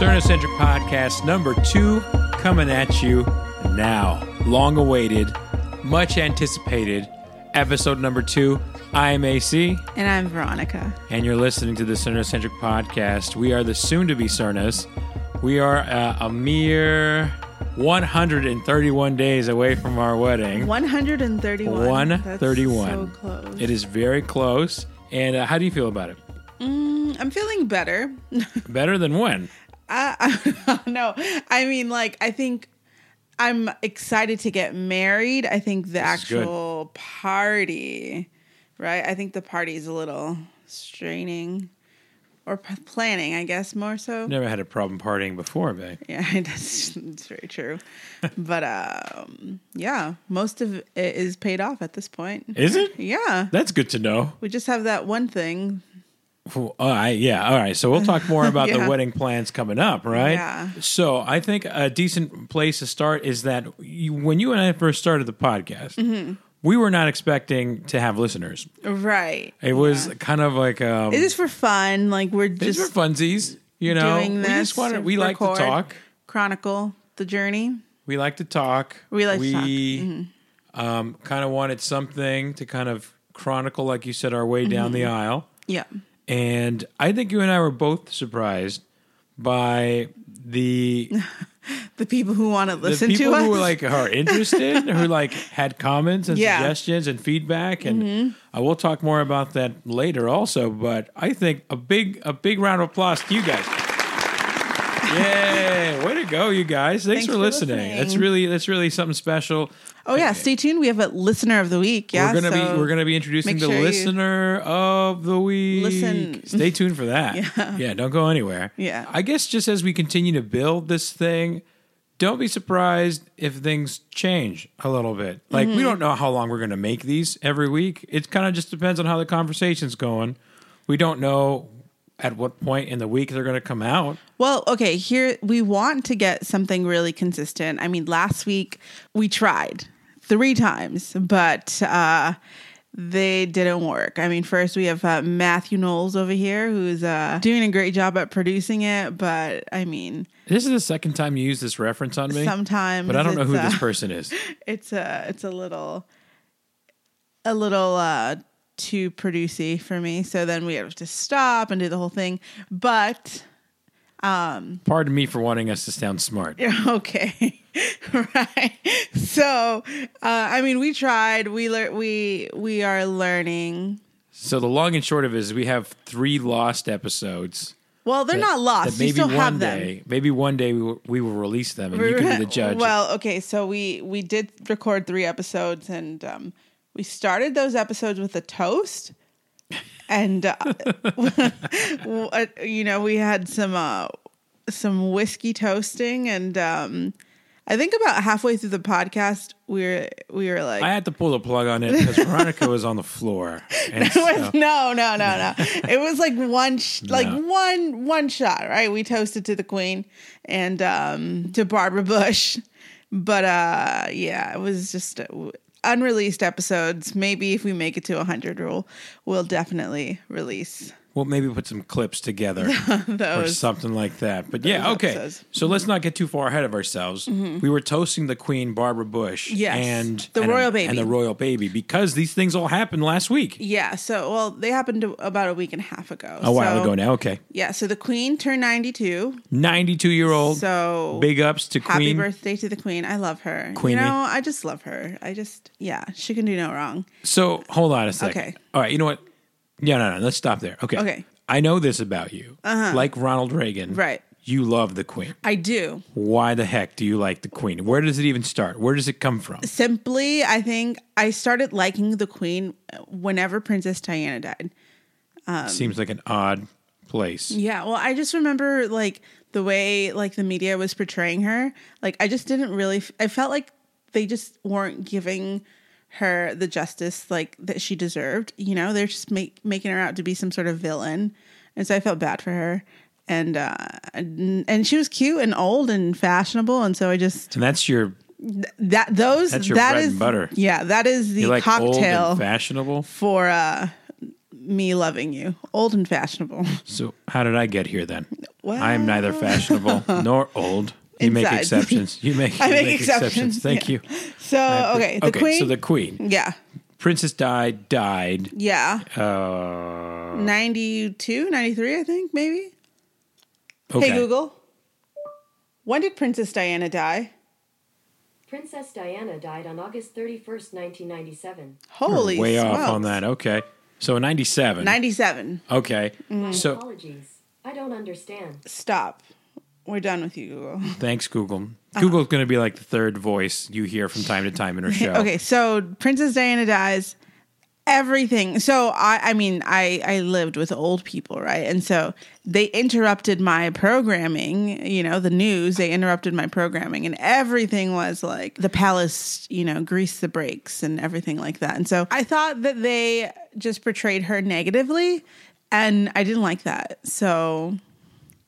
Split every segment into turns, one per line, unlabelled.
Technocentric Podcast number two coming at you now. Long awaited, much anticipated episode number two. I am AC,
And I'm Veronica.
and you're listening to the Cernocentric Podcast. We are the soon to be Cernos. We are uh, a mere 131 days away from our wedding.
131.
131.
That's so close.
It is very close. And uh, how do you feel about it?
Mm, I'm feeling better.
Better than when?
I, no, I mean, like, I think I'm excited to get married. I think the
is good.
actual party, right? I think the party is a little straining or p- planning, I guess, more so.
Never had a problem partying before, babe.
Yeah, that's, that's very true. but um, yeah, most of it is paid off at this point.
Is it?
Yeah.
That's good to know.
We just have that one thing
All right, yeah, all right. So we'll talk more about the
Yeah.
wedding plans coming up, right?
Yeah.
So I think a decent place to start is that you, when you and I first started the podcast,
Mm-hmm.
we were not expecting to have listeners.
Right.
It was kind of like um,
It is for fun. Like we're
these
just
were funsies, you know.
doing
we
this.
just wanted,
to
we like to
record,
talk.
Chronicle the journey.
We like to talk.
We like to talk. Mm-hmm.
um, kind of wanted something to kind of chronicle, like you said, our way down
Mm-hmm.
the aisle.
Yeah.
And I think you and I were both surprised by the
The people who want to
the
listen
people
to us.
who like are interested, who like had comments and
Yeah. Mm-hmm.
suggestions and feedback, and I will talk more about that later also. But I think a big a big round of applause to you guys. Yay! Way to go, you guys! Thanks,
Thanks
for,
for
listening.
listening.
That's really that's really something special.
oh yeah, stay tuned. We have a listener of the week. Yeah.
we're gonna
so-
be we're gonna be introducing
make
the
sure you-
listener of the week.
Listen.
Stay tuned for that. yeah. don't go anywhere.
Yeah.
I guess just as we continue to build this thing, don't be surprised if things change a little bit. Like
Mm-hmm.
we don't know how long we're gonna make these every week. It kind of just depends on how the conversation's going. We don't know at what point in the week they're gonna come out.
Well, okay, here we want to get something really consistent. I mean, last week we tried three times, but uh, they didn't work. I mean, first we have uh, Matthew Knowles over here who's uh, doing a great job at producing it, but I mean,
This is the second time you use this reference on me.
sometimes.
but I don't know
it's,
who
uh,
this person is.
It's a, it's a little, a little uh, too producey for me. So then we have to stop and do the whole thing. But
Pardon me for wanting us to sound smart.
Yeah, okay. right. So, uh, I mean, we tried. We lear- we we are learning.
So the long and short of it is we have three lost episodes.
Well, they're not lost.
That
you
maybe
still
one
have them.
day, maybe one day we will, we will release them, and you can be the judge.
Well, okay. So we we did record three episodes, and um, we started those episodes with a toast, and uh, uh, you know we had some uh, some whiskey toasting, and um, I think about halfway through the podcast, we were we were like,
I had to pull the plug on it because Veronica was on the floor. And
It was no, no, no, no. It was like one, sh- like
No.
one, one shot. Right? We toasted to the Queen and um, to Barbara Bush, but uh, yeah, it was just uh, w- unreleased episodes. Maybe if we make it to hundred, we'll we'll definitely release
We'll maybe put some clips together or
those.
something like that. But yeah,
those
okay.
episodes. Mm-hmm.
So let's not get too far ahead of ourselves. We were toasting the Queen, Barbara Bush,
Yes.
and
The
and-
royal
and
baby.
the royal baby, because these things all happened last week,
Yeah. So well, they happened about a week and a half ago.
a while
So,
ago now. Okay,
Yeah. So the Queen turned ninety-two.
ninety-two year old.
So
big ups to
Happy
Queen.
birthday to the queen. I love her.
Queenie.
You know, I just love her. I just, yeah, she can do no wrong.
So hold on a second.
Okay.
All right. You know what? Yeah, no, no. Let's stop there. Okay.
Okay.
I know this about you. Uh-huh. Like Ronald Reagan.
Right.
You love the Queen.
I do.
Why the heck do you like the Queen? Where does it even start? Where does it come from?
Simply, I think I started liking the queen whenever Princess Diana died. Um,
Seems like an odd place.
Yeah, well, I just remember like the way like the media was portraying her. Like I just didn't really f- I felt like they just weren't giving her the justice like that she deserved, you know? They're just make, making her out to be some sort of villain. And so I felt bad for her. And uh and, and she was cute and old and fashionable and so I just
And that's your
that those
That's your
that
bread
is-
and butter.
Yeah, that is the
you like old
cocktail
and fashionable.
for uh me loving you. Old and fashionable.
So how did I get here then?
Wow.
I am neither fashionable nor old. You make
Inside.
exceptions. You make,
I
you
make
exceptions.
exceptions,
Thank
yeah.
you.
So okay, the queen.
So the queen,
yeah,
Princess Di died.
yeah,
Uh,
92, 93, I think maybe.
okay.
Hey Google, when did Princess Diana die?
Princess Diana died on August 31st, 1997.
Holy,
way off on
smokes.
that. Okay, so ninety-seven.
Ninety-seven.
okay,
Mm-hmm.
My
so
apologies. I don't understand.
Stop. We're done with you, Google.
thanks Google. Google's going to be like the third voice you hear from time to time in her show.
Okay, so Princess Diana dies. Everything. So I, I mean, I, I lived with old people, right? And so they interrupted my programming. You know, the news. They interrupted my programming, and everything was like the palace. You know, grease the brakes and everything like that. And so I thought that they just portrayed her negatively, and I didn't like that. So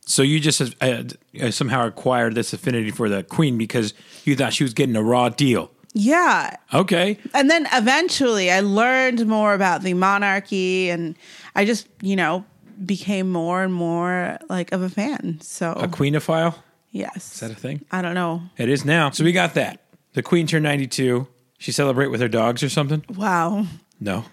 So you just uh, uh, somehow acquired this affinity for the queen because you thought she was getting a raw deal.
yeah,
Okay,
and then eventually I learned more about the monarchy and I just, you know, became more and more like of a fan. So
a queenophile.
yes.
Is that a thing?
I don't know.
It is now. So we got that. The queen turned ninety-two. She celebrate with her dogs or something?
Wow.
No.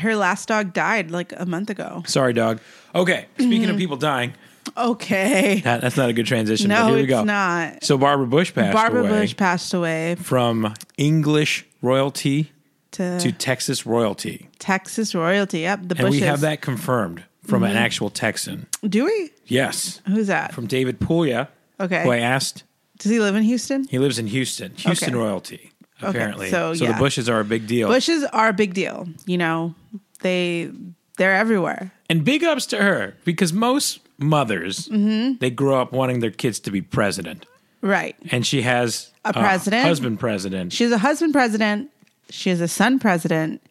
Her last dog died like a month ago.
Sorry, dog. Okay. Speaking
Mm-hmm.
of people dying,
Okay.
that, that's not a good transition. but
No,
here we
it's
go.
not.
So Barbara Bush passed
Barbara
away
Bush passed away
from English royalty
to,
to Texas royalty,
Texas royalty. Yep, the
and
Eh. Bushes. Mm-hmm.
we have that confirmed from an actual Texan.
Do we?
Yes,
Who's that?
from David Puglia.
Okay.
Who I asked.
Does he live in Houston?
He lives in Houston. Houston
Okay.
royalty. Apparently,
so,
the
yeah.
Bushes are a big deal.
Bushes are a big deal. You know, they they're everywhere.
And big ups to her because most mothers
Mm-hmm.
they grow up wanting their kids to be president,
Right.
and she has
A president?
husband president.
She has a husband president, she has a son president,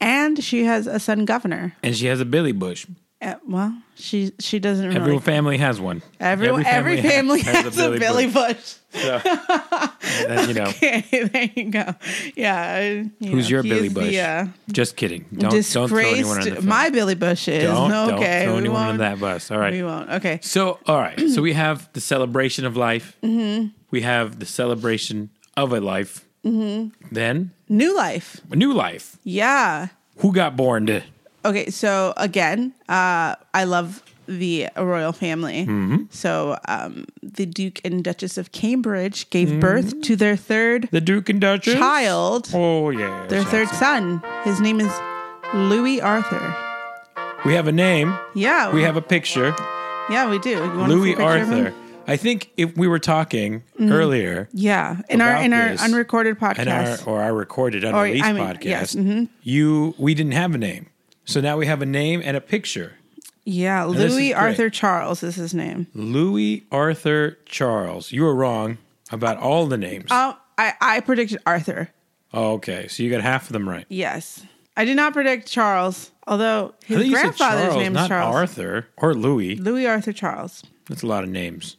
and she has a son governor.
and she has a Billy Bush.
Uh, well, she she doesn't
Every
really.
family has one.
Oh, Every, every, family, has, a Billy, Bush.
Bush. That, you know,
Okay, there you go. Yeah. uh, you
who's
know,
your
he
Billy
is
Bush?
The, uh,
Just kidding. Don't don't throw anyone on the
disgraced.
phone.
My Billy Bush is.
don't,
okay.
don't throw
we
anyone on
won't-
that bus. All right.
We won't. Okay.
So all right. so we have the celebration of life.
Mm-hmm.
We have the celebration of a life.
Mm-hmm.
Then
New life.
a new life.
Yeah.
Who got born? To,
Okay, so again, uh, I love the royal family.
Mm-hmm.
So um, the Duke and Duchess of Cambridge gave birth to their third
Mm-hmm. the Duke and Duchess.
child,
Oh yeah.
their third son. His name is Louis Arthur.
We have a name.
Yeah,
We have a picture.
yeah, we do. You want a
Louis
full picture of him? Mm-hmm.
Arthur. I think if we were talking earlier
Yeah, in our
About
in our
this.
unrecorded
and
podcast.
our or our recorded unreleased
I mean,
podcast,
yes, mm-hmm.
you we didn't have a name. So now we have a name and a picture.
yeah,
this is
Louis
great. Mm.
Arthur Charles is his name.
Louis Arthur Charles. You were wrong about all the names.
Oh, I I predicted Arthur.
oh, okay. So you got half of them right.
Yes, I did not predict Charles, although
I
his
think you said
grandfather's
Charles,
name is
not
Charles.
Arthur or Louis.
Louis Arthur Charles.
That's a lot of names.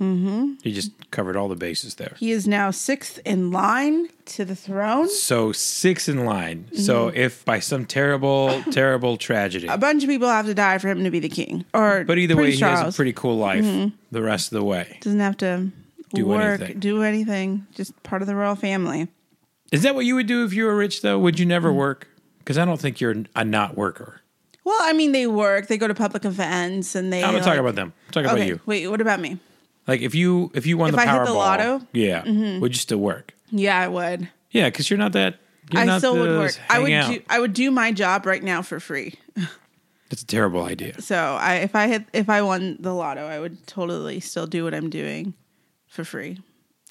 Mm-hmm. You just covered all the bases there.
He is now sixth in line to the throne.
So six in line. So
Mm-hmm.
if by some terrible, terrible tragedy.
A bunch of people have to die for him to be the king. Or
But either way,
Prince
he
Charles Mm-hmm.
has a pretty cool life the rest of the way.
doesn't have to
Do
work,
anything.
do anything. Just part of the royal family.
Is that what you would do if you were rich, though? Would you never
Mm.
work? Because I don't think you're a not worker.
Well, I mean, they work. They go to public events, and they.
I'm not
like-
talking about them. I'm talking
Okay,
about you.
Wait, what about me?
Like if you if you won
If
the
I hit
Powerball,
the lotto? Mm-hmm.
yeah, would you still work?
Yeah, I would.
Yeah, because you're not that. You're
I
not
still would
the
work. I would.
hangout.
Do, I would do my job right now for free.
That's a terrible idea.
So, I if I hit if I won the lotto, I would totally still do what I'm doing for free,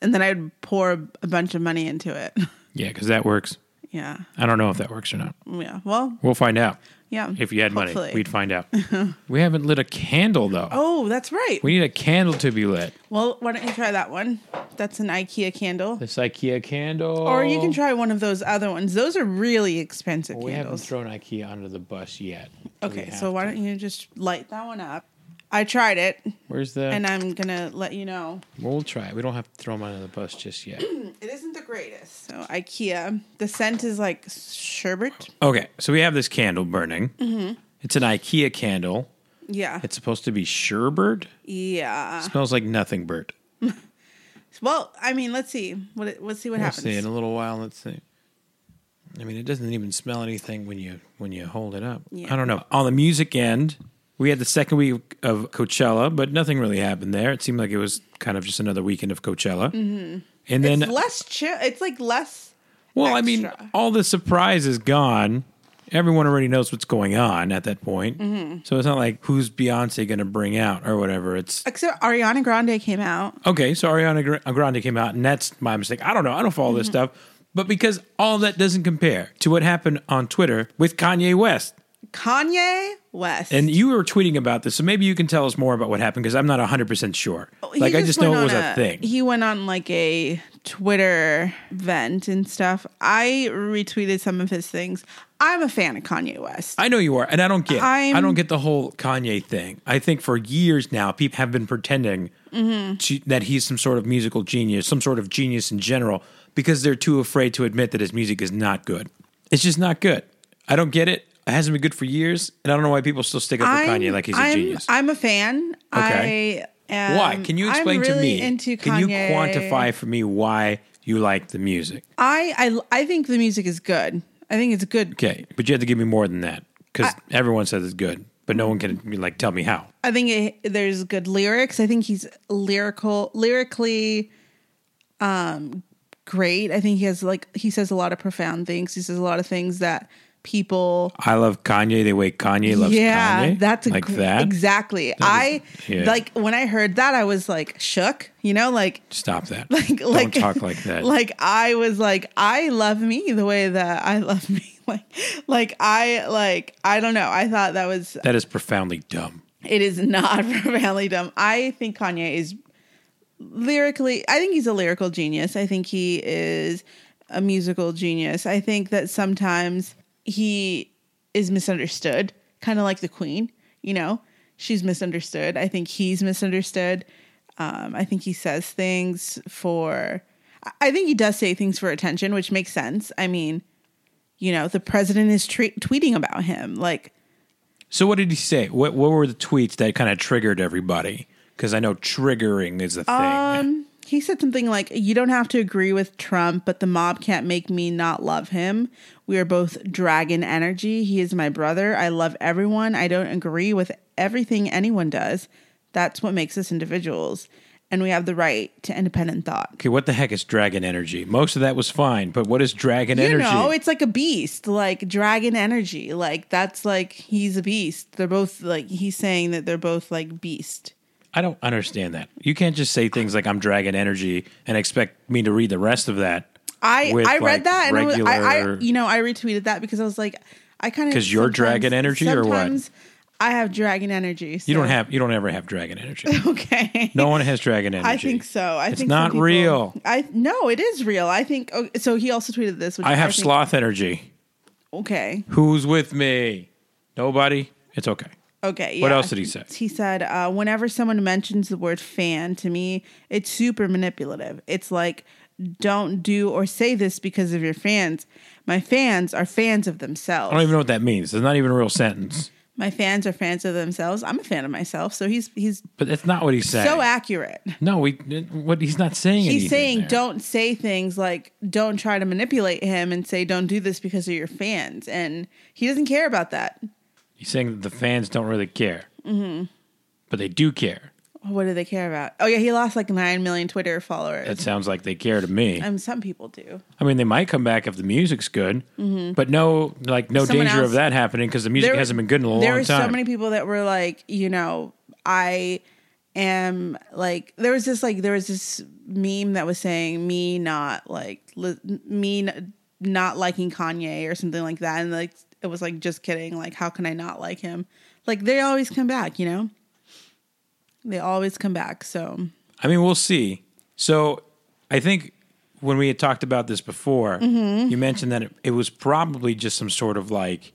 and then I would pour a bunch of money into it.
Yeah, because that works.
yeah.
I don't know if that works or not.
Yeah. Well,
We'll find out.
yeah.
If you had money,
Hopefully.
we'd find out. we haven't lit a candle though.
Oh, that's right.
We need a candle to be lit.
well, why don't you try that one? That's an IKEA candle.
This IKEA candle,
Or you can try one of those other ones. Those are really expensive
We haven't
candles.
thrown IKEA under the bus yet.
Okay, so why don't you just light that one up? I tried it,
Where's the?
and I'm gonna let you know
We'll try. it. We don't have to throw them under the bus just yet.
it isn't the greatest. So IKEA, the scent is like sherbet.
Mm-hmm. okay, so we have this candle burning. It's an IKEA candle.
Yeah.
It's supposed to be sherbert.
Yeah.
Smells like nothing, Bert.
Well, I mean, let's see. What it- let's see what
We'll
happens.
see in a little while. Let's see. I mean, it doesn't even smell anything when you when you hold it up.
Yeah.
I don't know. On the music end, we had the second week of Coachella, but nothing really happened there. It seemed like it was kind of just another weekend of Coachella. Mm-hmm. And then,
it's less chill. It's like less.
well, I mean,
extra.
all the surprise is gone. Everyone already knows what's going on at that point.
Mm-hmm.
So it's not like who's Beyonce going to bring out or whatever. It's
Except Ariana Grande came out.
Okay, so Ariana Gra- Grande came out, and that's my mistake. I don't know. I don't follow this
Mm-hmm.
stuff, but because all that doesn't compare to what happened on Twitter with Kanye West,
Kanye West.
and you were tweeting about this, so maybe you can tell us more about what happened because I'm not 100 percent sure.
He
like I just
went
know it was
on
a, thing.
He went on like a Twitter vent and stuff. I retweeted some of his things. I'm a fan of Kanye West.
I know you are, and I don't get. I
I'm-
don't get the whole Kanye thing. I think for years now, people have been pretending
Mm-hmm.
to, that he's some sort of musical genius, some sort of genius in general, because they're too afraid to admit that his music is not good. It's just not good. I don't get it. It hasn't been good for years, and I don't know why people still stick up for
I'm-
Kanye like he's
I'm-
a genius.
I'm a fan.
Okay.
I am,
why? Can you
I'm
explain to
really
me?
Into Kanye.
Can you quantify for me why you like the music?
I, I I think the music is good. I think it's good.
Okay, but you have to give me more than that because everyone says it's good, but no one can like tell me how.
I think it, there's good lyrics. I think he's lyrical, lyrically, um, great. I think he has like he says a lot of profound things. He says a lot of things that people.
I love Kanye the way Kanye loves
yeah,
Kanye.
that's a
like
gr-
that.
exactly. I
yeah.
like when I heard that, I was like shook. You know, like
Stop that.
like
Don't
like
talk like that.
Like I was like, I love me the way that I love me. Like like I like I don't know. I thought that was
that is profoundly dumb.
it is not profoundly dumb. I think Kanye is lyrically, I think he's a lyrical genius. I think he is a musical genius. I think that sometimes he is misunderstood, kind of like the queen, you know? She's misunderstood. I think he's misunderstood. Um, I think he says things for, I- I think he does say things for attention, which makes sense. I mean, you know, the president is tre- tweeting about him. Like,
So what did he say? What what were the tweets that kind of triggered everybody? Because I know triggering is a thing.
Um, he said something like, "You don't have to agree with Trump, but the mob can't make me not love him. We are both dragon energy. He is my brother. I love everyone. I don't agree with everything anyone does. That's what makes us individuals, and we have the right to independent thought."
okay, what the heck is dragon energy? Most of that was fine, but what is dragon
You
energy?
know, it's like a beast, like dragon energy. Like that's like he's a beast. They're both like he's saying that they're both like beast.
I don't understand that. You can't just say things like I'm dragon energy and expect me to read the rest of that.
I
with,
I read
like,
that and I was- I, I
regular-
you know I retweeted that because I was like I kind of
'Cause you're dragon energy or what?
I have dragon energy.
You don't
so-
have you don't ever have dragon energy.
okay.
No one has dragon energy.
I think so. I
it's
think some
not
people-
real.
I no, it is real. I think oh, so. He also tweeted this. Which
I have
think-
sloth energy.
Okay.
Who's with me? Nobody. It's okay.
Okay.
What
yeah.
else did he say?
He said, uh, whenever someone mentions the word fan to me, it's super manipulative. It's like, don't do or say this because of your fans. My fans are fans of themselves.
I don't even know what that means. It's not even a real sentence.
my fans are fans of themselves. I'm a fan of myself, so he's he's
But that's not what he's saying.
so accurate.
no, we. What he's not saying. anything
He's saying
there.
don't say things like don't try to manipulate him and say don't do this because of your fans, and he doesn't care about that.
He's saying that the fans don't really care. Mm-hmm. But they do care.
What do they care about? Oh yeah, he lost like nine million Twitter followers.
That sounds like they care to me.
um, some people do.
I mean, they might come back if the music's good, but no, like no
Mm-hmm. Someone
danger of
else-
that happening because the music
There-
hasn't been good in a long
there
time.
were so many people that were like, you know, I am like there was this like there was this meme that was saying me not like li- me n- not liking Kanye or something like that, and like it was like just kidding, like how can I not like him? Like they always come back, you know. They always come back. So
I mean, we'll see. So I think when we had talked about this before,
Mm-hmm.
you mentioned that it, it was probably just some sort of like,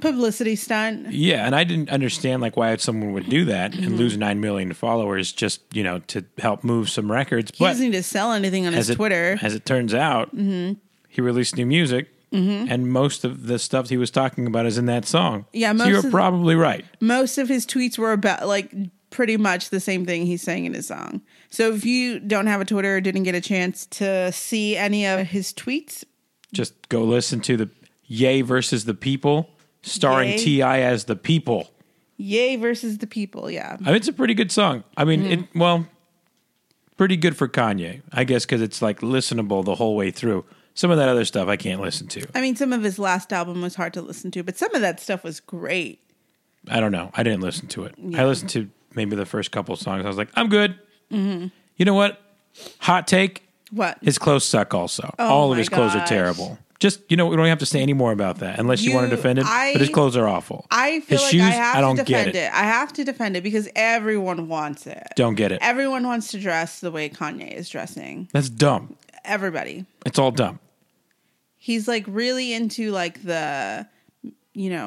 publicity stunt.
yeah, and I didn't understand like why someone would do that
Mm-hmm.
and lose nine million followers just you know to help move some records.
He
but
doesn't need to sell anything on his
as it,
Twitter.
as it turns out, he released new music. and most of the stuff he was talking about is in that song.
Mm-hmm. Yeah,
so
most
you're
of-
probably right.
most of his tweets were about like pretty much the same thing he's saying in his song. So if you don't have a Twitter or didn't get a chance to see any of his tweets,
Just go listen to the Yay versus the People, starring
Ye.
Ti as the People.
Yay versus the people, yeah.
I mean, it's a pretty good song. I mean, it
Mm-hmm.
well, pretty good for Kanye, I guess, because it's like listenable the whole way through. Some of that other stuff I can't listen to.
I mean, some of his last album was hard to listen to, but some of that stuff was great.
I don't know. I didn't listen to it. I listened to maybe the first couple songs. I was like, I'm good. Mm-hmm. You know what? Hot take.
What?
His clothes suck. Also, all of
Oh my
his clothes are
gosh.
terrible. Just you know, we don't have to say any more about that unless you, want to
You-
defend it. but his
I-
clothes are awful.
I feel
his
like
shoes.
I have
I don't
to defend
get
it. I have to defend it because everyone wants it.
Don't get it.
Everyone wants to dress the way Kanye is dressing.
That's dumb.
Everybody.
It's all dumb.
he's like really into like the you know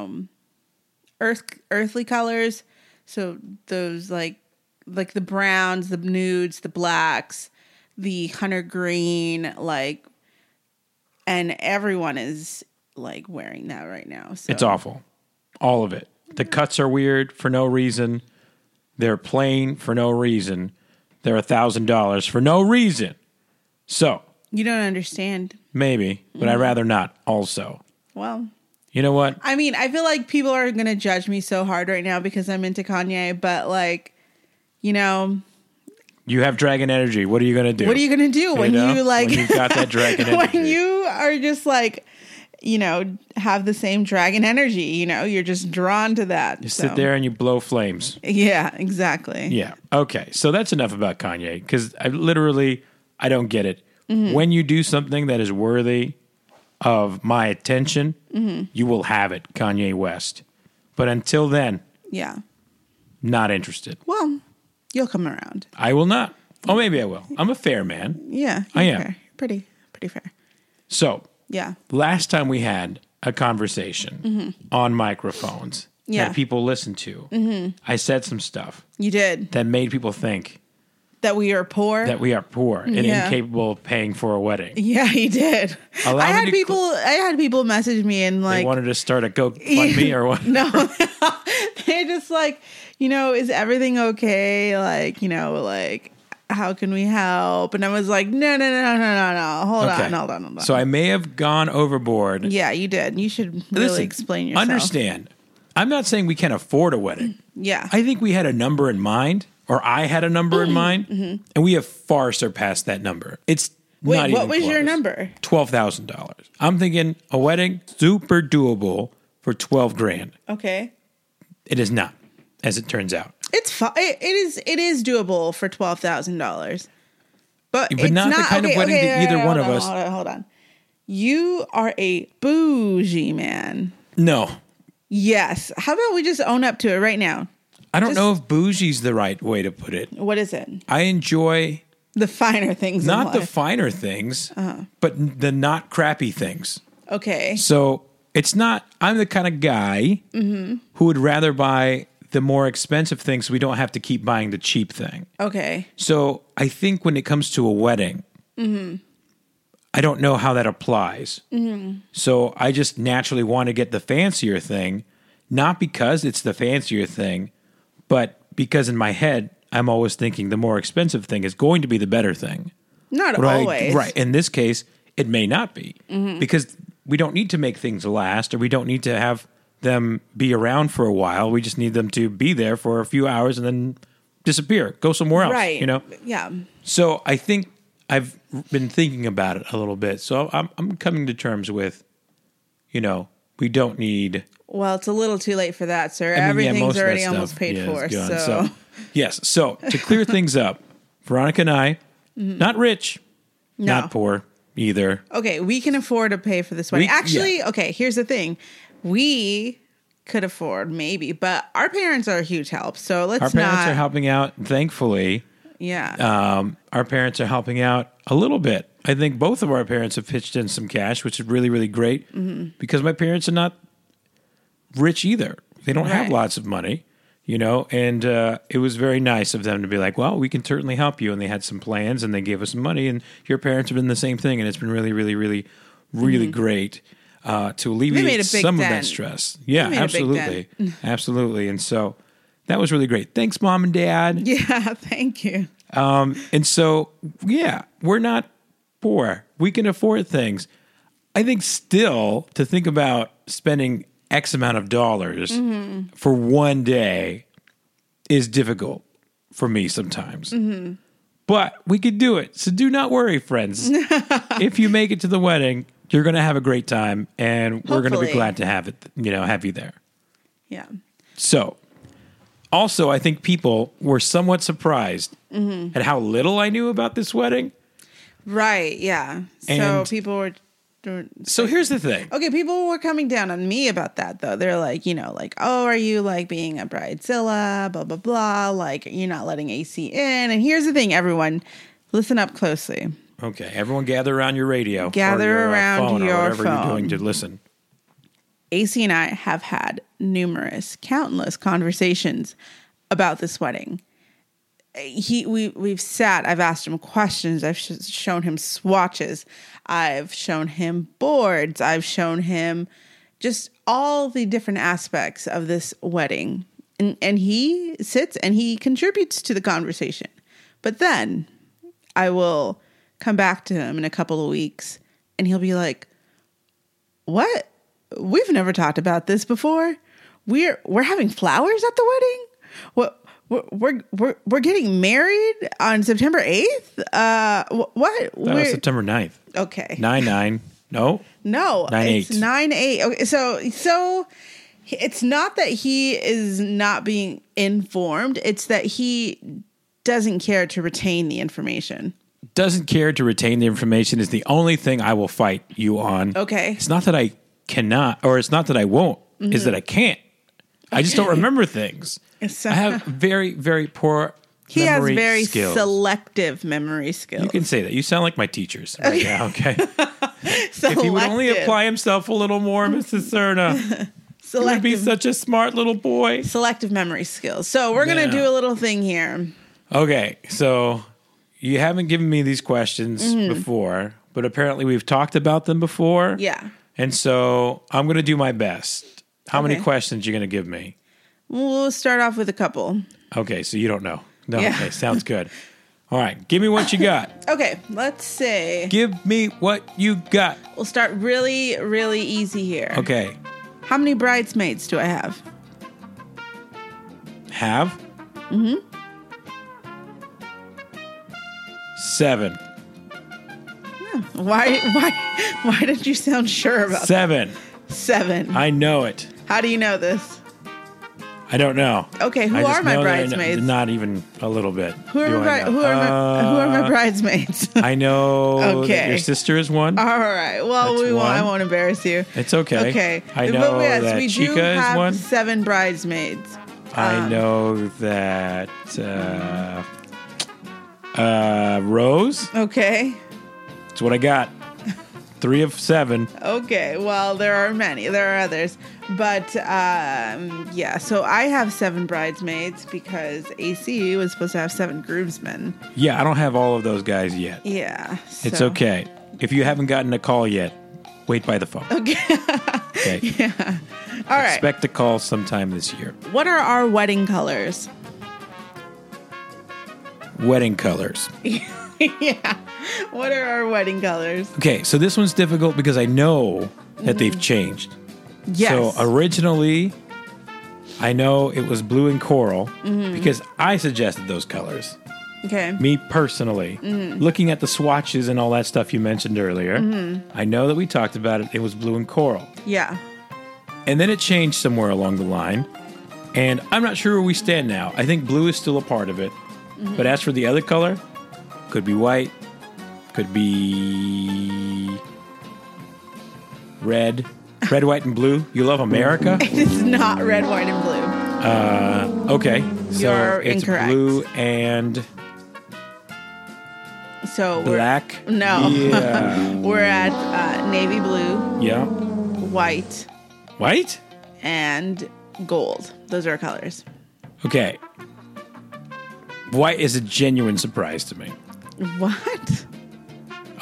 earth earthly colors so those like like the browns the nudes the blacks the hunter green like and everyone is like wearing that right now so
It's awful. All of it. The cuts are weird for no reason. They're plain for no reason. They're a thousand dollars for no reason. So
you don't understand
maybe, but
Mm-hmm.
I'd rather not. Also,
well
you know what?
i mean i feel like people are gonna judge me so hard right now because i'm into kanye but like you know
You have dragon energy. What are you gonna do?
What are you gonna do when you,
know?
like
When you've got that dragon energy.
when you are just like you know have the same dragon energy? You know, you're just drawn to that.
You sit there and you blow flames.
Yeah, exactly.
Yeah. Okay. So that's enough about Kanye because I literally I don't get it.
Mm-hmm.
When you do something that is worthy of my attention,
Mm-hmm.
you will have it, Kanye West. But until then,
Yeah.
not interested.
Well, you'll come around.
I will not. Oh, maybe I will. I'm a fair man.
Yeah.
I
you're
am.
fair. Pretty pretty fair.
So
Yeah.
last time we had a conversation on microphones
Mm-hmm. Yeah. Mm-hmm.
that people listen to, I said some stuff
You did.
that made people think
That we are poor.
that we are poor and
Yeah.
incapable of paying for a wedding.
yeah, he did.
Allow
I
me
had
to
people I had people message me and
they
like
wanted to start a GoFundMe or what?
No, they're just like, you know, is everything okay? Like, you know, like, how can we help? And I was like, no, no, no, no, no, no. Hold on, hold on, hold on.
So I may have gone overboard.
yeah, you did. You should really
Listen,
explain yourself.
Understand? I'm not saying we can't afford a wedding.
Yeah.
I think we had a number in mind, or I had a number
Mm-hmm.
in mind, and we have far surpassed that number. It's
Wait,
not
what
even
was your
close.
number?
Twelve thousand dollars. I'm thinking a wedding super doable for twelve grand.
Okay.
It is not, as it turns out.
It's fi- it, it is it is doable for twelve thousand dollars, but
But
it's
not the kind of wedding that either
hold
one of
on,
us-
Hold on, hold on. You are a bougie man.
No,
Yes. How about we just own up to it right now?
I don't
Just-
know if bougie's the right way to put it.
What is it?
I enjoy
The finer things. in
not the
life.
finer things,
Uh-huh.
but n- the not crappy things.
Okay.
So it's not. I'm the kind of guy who would rather buy the more expensive things. So we don't have to keep buying the cheap thing.
Okay.
So I think when it comes to a wedding, I don't know how that applies. So I just naturally want to get the fancier thing, not because it's the fancier thing, but because in my head I'm always thinking the more expensive thing is going to be the better thing.
Not
But I-
always. Mm-hmm.
right. In this case, it may not be because we don't need to make things last or we don't need to have them be around for a while. We just need them to be there for a few hours and then disappear, go somewhere else.
Right.
You know?
Yeah.
So I think I've been thinking about it a little bit. So I'm, I'm coming to terms with, you know, we don't need.
Well, it's a little too late for that, sir.
I mean, yeah, most of
Everything's
that
already
stuff,
almost paid
yeah,
for.
is gone.
So.
yes. So to clear things up, Veronica and I, not rich,
Mm-hmm. No.
not poor either.
okay, we can afford to pay for this wedding.
We-
Actually,
yeah.
okay, here's the thing. We could afford maybe, but our parents are a huge help. So let's
Our parents
not
are helping out. Thankfully,
Yeah.
um, our parents are helping out a little bit. I think both of our parents have pitched in some cash, which is really, really great
Mm-hmm.
because my parents are not rich either. They don't have
Right.
lots of money, you know, and uh, it was very nice of them to be like, well, we can certainly help you. And they had some plans and they gave us some money. And your parents have done the same thing. And it's been really, really, really, really great. uh, to
Mm-hmm. made
alleviate
a big
some of that
dent.
stress. Yeah,
made a big dent.
absolutely, absolutely. And so that was really great. Thanks, mom and dad.
Yeah, thank you.
Um, and so, yeah, we're not poor. We can afford things. I think still to think about spending X amount of dollars for one day is difficult for me sometimes. But we could do it. So do not worry, friends. if you make it to the wedding, you're going to have a great time and we're going to be
Hopefully.
glad to have it, you know, have you there.
Yeah.
So, also, I think people were somewhat surprised
Mm-hmm.
at how little I knew about this wedding.
Right. Yeah.
And-
so people were, were-
So, here's the thing.
okay. People were coming down on me about that though. They're like, you know, like, oh, are you like being a bridezilla? Blah blah blah. Like you're not letting AC in. And here's the thing, everyone, listen up closely.
Okay, everyone gather around your radio. or
Gather
your, uh,
around
phone
your
or whatever
phone.
you're doing to listen.
AC and I have had numerous, countless conversations about this wedding. He, we, we've sat. I've asked him questions. I've sh- shown him swatches. I've shown him boards. I've shown him just all the different aspects of this wedding, and and he sits and he contributes to the conversation. But then I will come back to him in a couple of weeks, and he'll be like, what? We've never talked about this before. We're we're having flowers at the wedding. What? We're, we're we're we're getting married on September eighth. Uh, wh- what?
That was
We're-
September 9th.
okay.
9 9. No?
No,
Nine
it's
eight.
nine eight. Okay, so so it's not that he is not being informed. It's that he doesn't care to retain the information.
Doesn't care to retain the information is the only thing I will fight you on.
Okay.
It's not that I cannot, or it's not that I won't, is that I can't. I just don't remember things.
Mm-hmm. So-
I have very, very poor
He has
memory
very
skills.
selective memory skills.
You can say that. You sound like my teachers right now. Okay. if he would only
Selective.
apply himself a little more, Mrs. Cerna, he would be
selective
such a smart little boy.
selective memory skills. So we're gonna
Yeah.
do a little thing here.
Okay, so you haven't given me these questions before, but apparently we've talked about them before.
Mm-hmm. Yeah.
And so I'm going to do my best. How many
Okay.
questions you going to give me?
We'll start off with a couple.
Okay, so you don't know. No,
Yeah.
okay, sounds good. All right, give me what you got.
Okay, let's say
give me what you got.
we'll start really, really easy here.
Okay,
How many bridesmaids do I have?
have? Mm-hmm. Seven.
Why, why, why did you sound sure about
Seven.
that? Seven?
I know it.
How do you know this?
I don't know.
Okay, who
I just
are my
know that I kn-
bridesmaids?
Not even a little bit.
Who are,
do
my,
I
bri-
know.
who, are my, who are
Uh,
my bridesmaids? All
I know that
Okay. Uh,
your sister is one.
right. Well,
That's
we won't. I
one.
won't embarrass you.
It's okay.
Okay.
I know
but yes,
that
we do
Chica is
have uh,
one.
seven bridesmaids.
I know that uh, uh, Rose.
Okay.
That's what I got. Three of seven.
Okay, well, there are many. There are others. But um, yeah, so I have seven bridesmaids because AC was supposed to have seven groomsmen.
Yeah, I don't have all of those guys yet.
Yeah.
It's
so-
okay. If you haven't gotten a call yet, wait by the phone.
Okay.
Okay.
All right.
Expect a call sometime this year.
what are our wedding colors?
Wedding colors.
yeah. What are our wedding colors?
Okay, so this one's difficult because I know that they've changed.
Mm. Yes.
So originally, I know it was blue and coral
Mm-hmm.
because I suggested those colors.
okay.
Me personally,
Mm-hmm.
looking at the swatches and all that stuff you mentioned earlier,
Mm-hmm.
I know that we talked about it. It was blue and coral.
Yeah.
And then it changed somewhere along the line. And I'm not sure where we stand now. I think blue is still a part of it.
Mm-hmm.
But as for the other color, could be white, could be red. Red, white, and blue. You love America?
It's not red, white, and blue.
Okay. So
You're
it's
incorrect.
blue and
So we're,
black.
No.
Yeah.
we're at uh, navy blue,
yeah.
white,
White?
and gold. Those are our colors.
Okay. White is a genuine surprise to me.
What?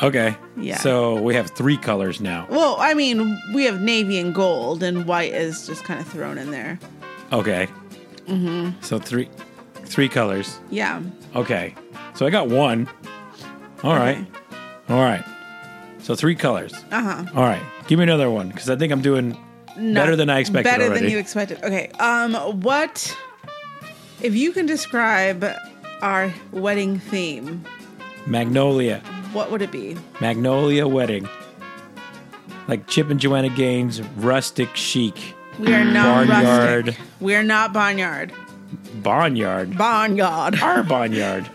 Okay.
Yeah.
So we have three colors now.
Well, I mean, we have navy and gold, and white is just kind of thrown in there.
Okay. Mm-hmm. So three, three colors.
Yeah.
Okay. So I got one. All right. All right. So three colors.
Uh huh.
All right. Give me another one because I think I'm doing better than I expected
Better
already.
than you expected. Okay. Um, what if you can describe our wedding theme?
Magnolia.
What would it be?
Magnolia wedding. Like Chip and Joanna Gaines, rustic chic.
We are not
Barnyard.
rustic. We are not barnyard.
Barnyard.
Barnyard.
Our barnyard.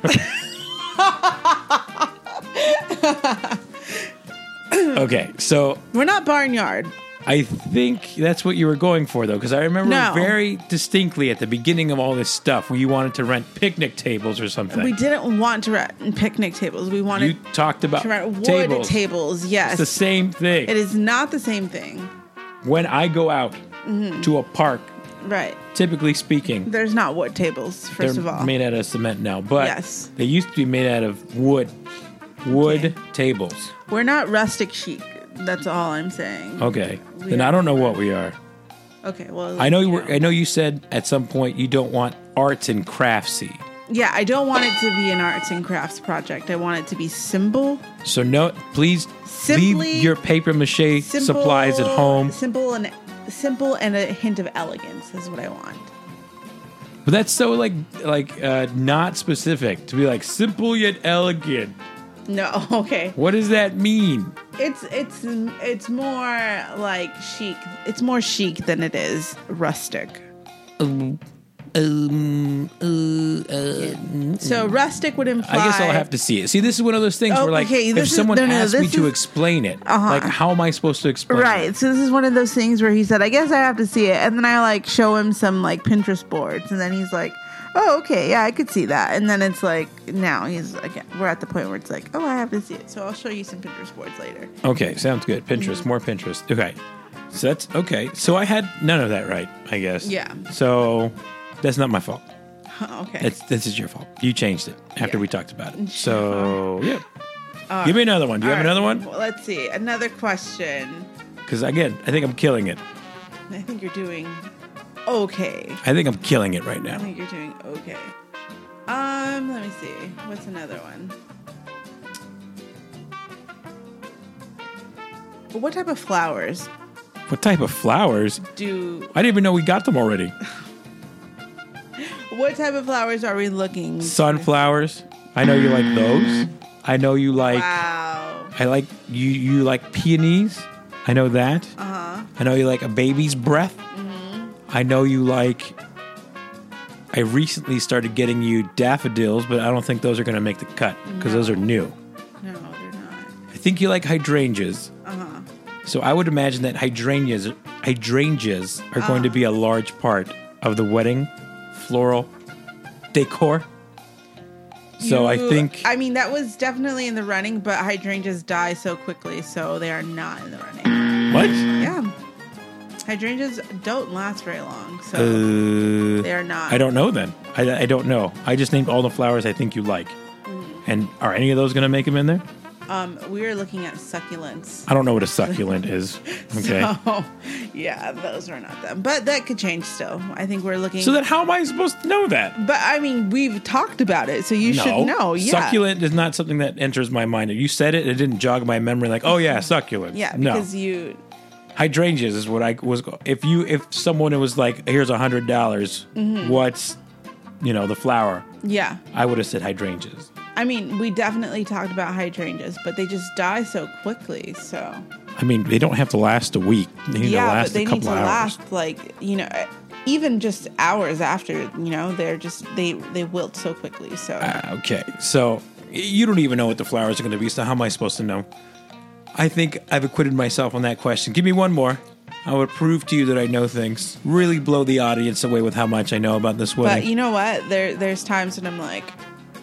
okay, so
We're not barnyard.
I think that's what you were going for, though, because I remember
No.
very distinctly at the beginning of all this stuff where you wanted to rent picnic tables or something.
We didn't want to rent picnic tables. We
you
wanted
talked about
to rent wood
tables.
tables. Yes.
It's the same thing.
It is not the same thing.
When I go out
Mm-hmm.
to a park,
Right.
typically speaking,
There's not wood tables, first
they're
of all.
made out of cement now, but
Yes.
they used to be made out of wood. Wood
Okay.
tables.
We're not rustic chic. That's all I'm saying.
Okay.
We
then
are-
I don't know what we are.
Okay, well.
Oh. I know you were, I know you said at some point you don't want arts and craftsy.
Yeah, I don't want it to be an arts and crafts project. I want it to be simple,
So no, please
Simply-
leave your paper mache
simple
supplies at home.
Simple and simple and a hint of elegance is what I want.
But that's so like like uh, not specific to be like simple yet elegant.
No, okay.
What does that mean?
It's it's it's more like chic. It's more chic than it is rustic.
Um,
So rustic would imply.
I guess I'll have to see it. See, this is one of those things
Oh,
where like
okay,
if
this is-
someone
no, no,
asks me
this
to
is-
explain it,
Uh-huh.
like how am I supposed to explain? It?
Right. So this is one of those things where he said, "I guess I have to see it," and then I like show him some like Pinterest boards, and then he's like, "Oh, okay, yeah, I could see that." And then it's like now he's like, we're at the point where it's like, "Oh, I have to see it." So I'll show you some Pinterest boards later.
Okay, sounds good. Pinterest, more Pinterest. Okay, so that's okay. So I had none of that right, I guess.
Yeah.
So that's not my fault.
okay.
It's, this is your fault. You changed it after
Yeah.
we talked about it. So yeah, give me another one. Do you have another one?
Well, let's see. Another question.
Because again, I think I'm killing it.
I think you're doing okay.
I think I'm killing it right
I
now.
think you're doing okay. Um, let me see. What's another one? What type of flowers
What type of flowers?
do
I didn't even know we got them already.
what type of flowers are we looking to-
Sunflowers. I know you like those. I know you like.
wow
I like you. You like peonies. I know that.
uh-huh Mm-hmm.
I know you like a baby's breath. I know you like. I recently started getting you daffodils, but I don't think those are going to make the cut because those are new.
no they're not
I think you like hydrangeas.
uh-huh
So I would imagine that hydrangeas hydrangeas are going to be
Uh-huh.
a large part of the wedding floral decor. So I
You-
think
i mean that was definitely in the running but hydrangeas die so quickly so they are not in the running
what?
yeah hydrangeas don't last very long so
Uh,
they are not
I don't know then. I, I don't know. I just named all the flowers I think you like.
Mm.
And are any of those going to make them in there?
um we are looking at succulents
I don't know what a succulent is. Okay. So,
so, yeah those are not them but that could change still i think we're looking
then how am I supposed to know that?
but I mean, we've talked about it, so you should know. Yeah,
Succulent is not something that enters my mind. You said it, it didn't jog my memory like, oh yeah, succulent.
Yeah,
no.
because you
hydrangeas is what I was. If you, if someone was like, "Here's a hundred dollars,
Mm-hmm.
what's, you know, the flower?"
yeah.
I would have said hydrangeas.
I mean, we definitely talked about hydrangeas, but they just die so quickly. So
I mean, they don't have to last a week. They need to
yeah,
last
but they
a
need
couple
to
hours.
last like you know, even just hours after. You know, they're just they they wilt so quickly. So
Ah, Okay, so you don't even know what the flowers are going to be. So how am I supposed to know? I think I've acquitted myself on that question. Give me one more. I would prove to you that I know things. Really blow the audience away with how much I know about this
but
wedding.
you know what? There there's times when I'm like,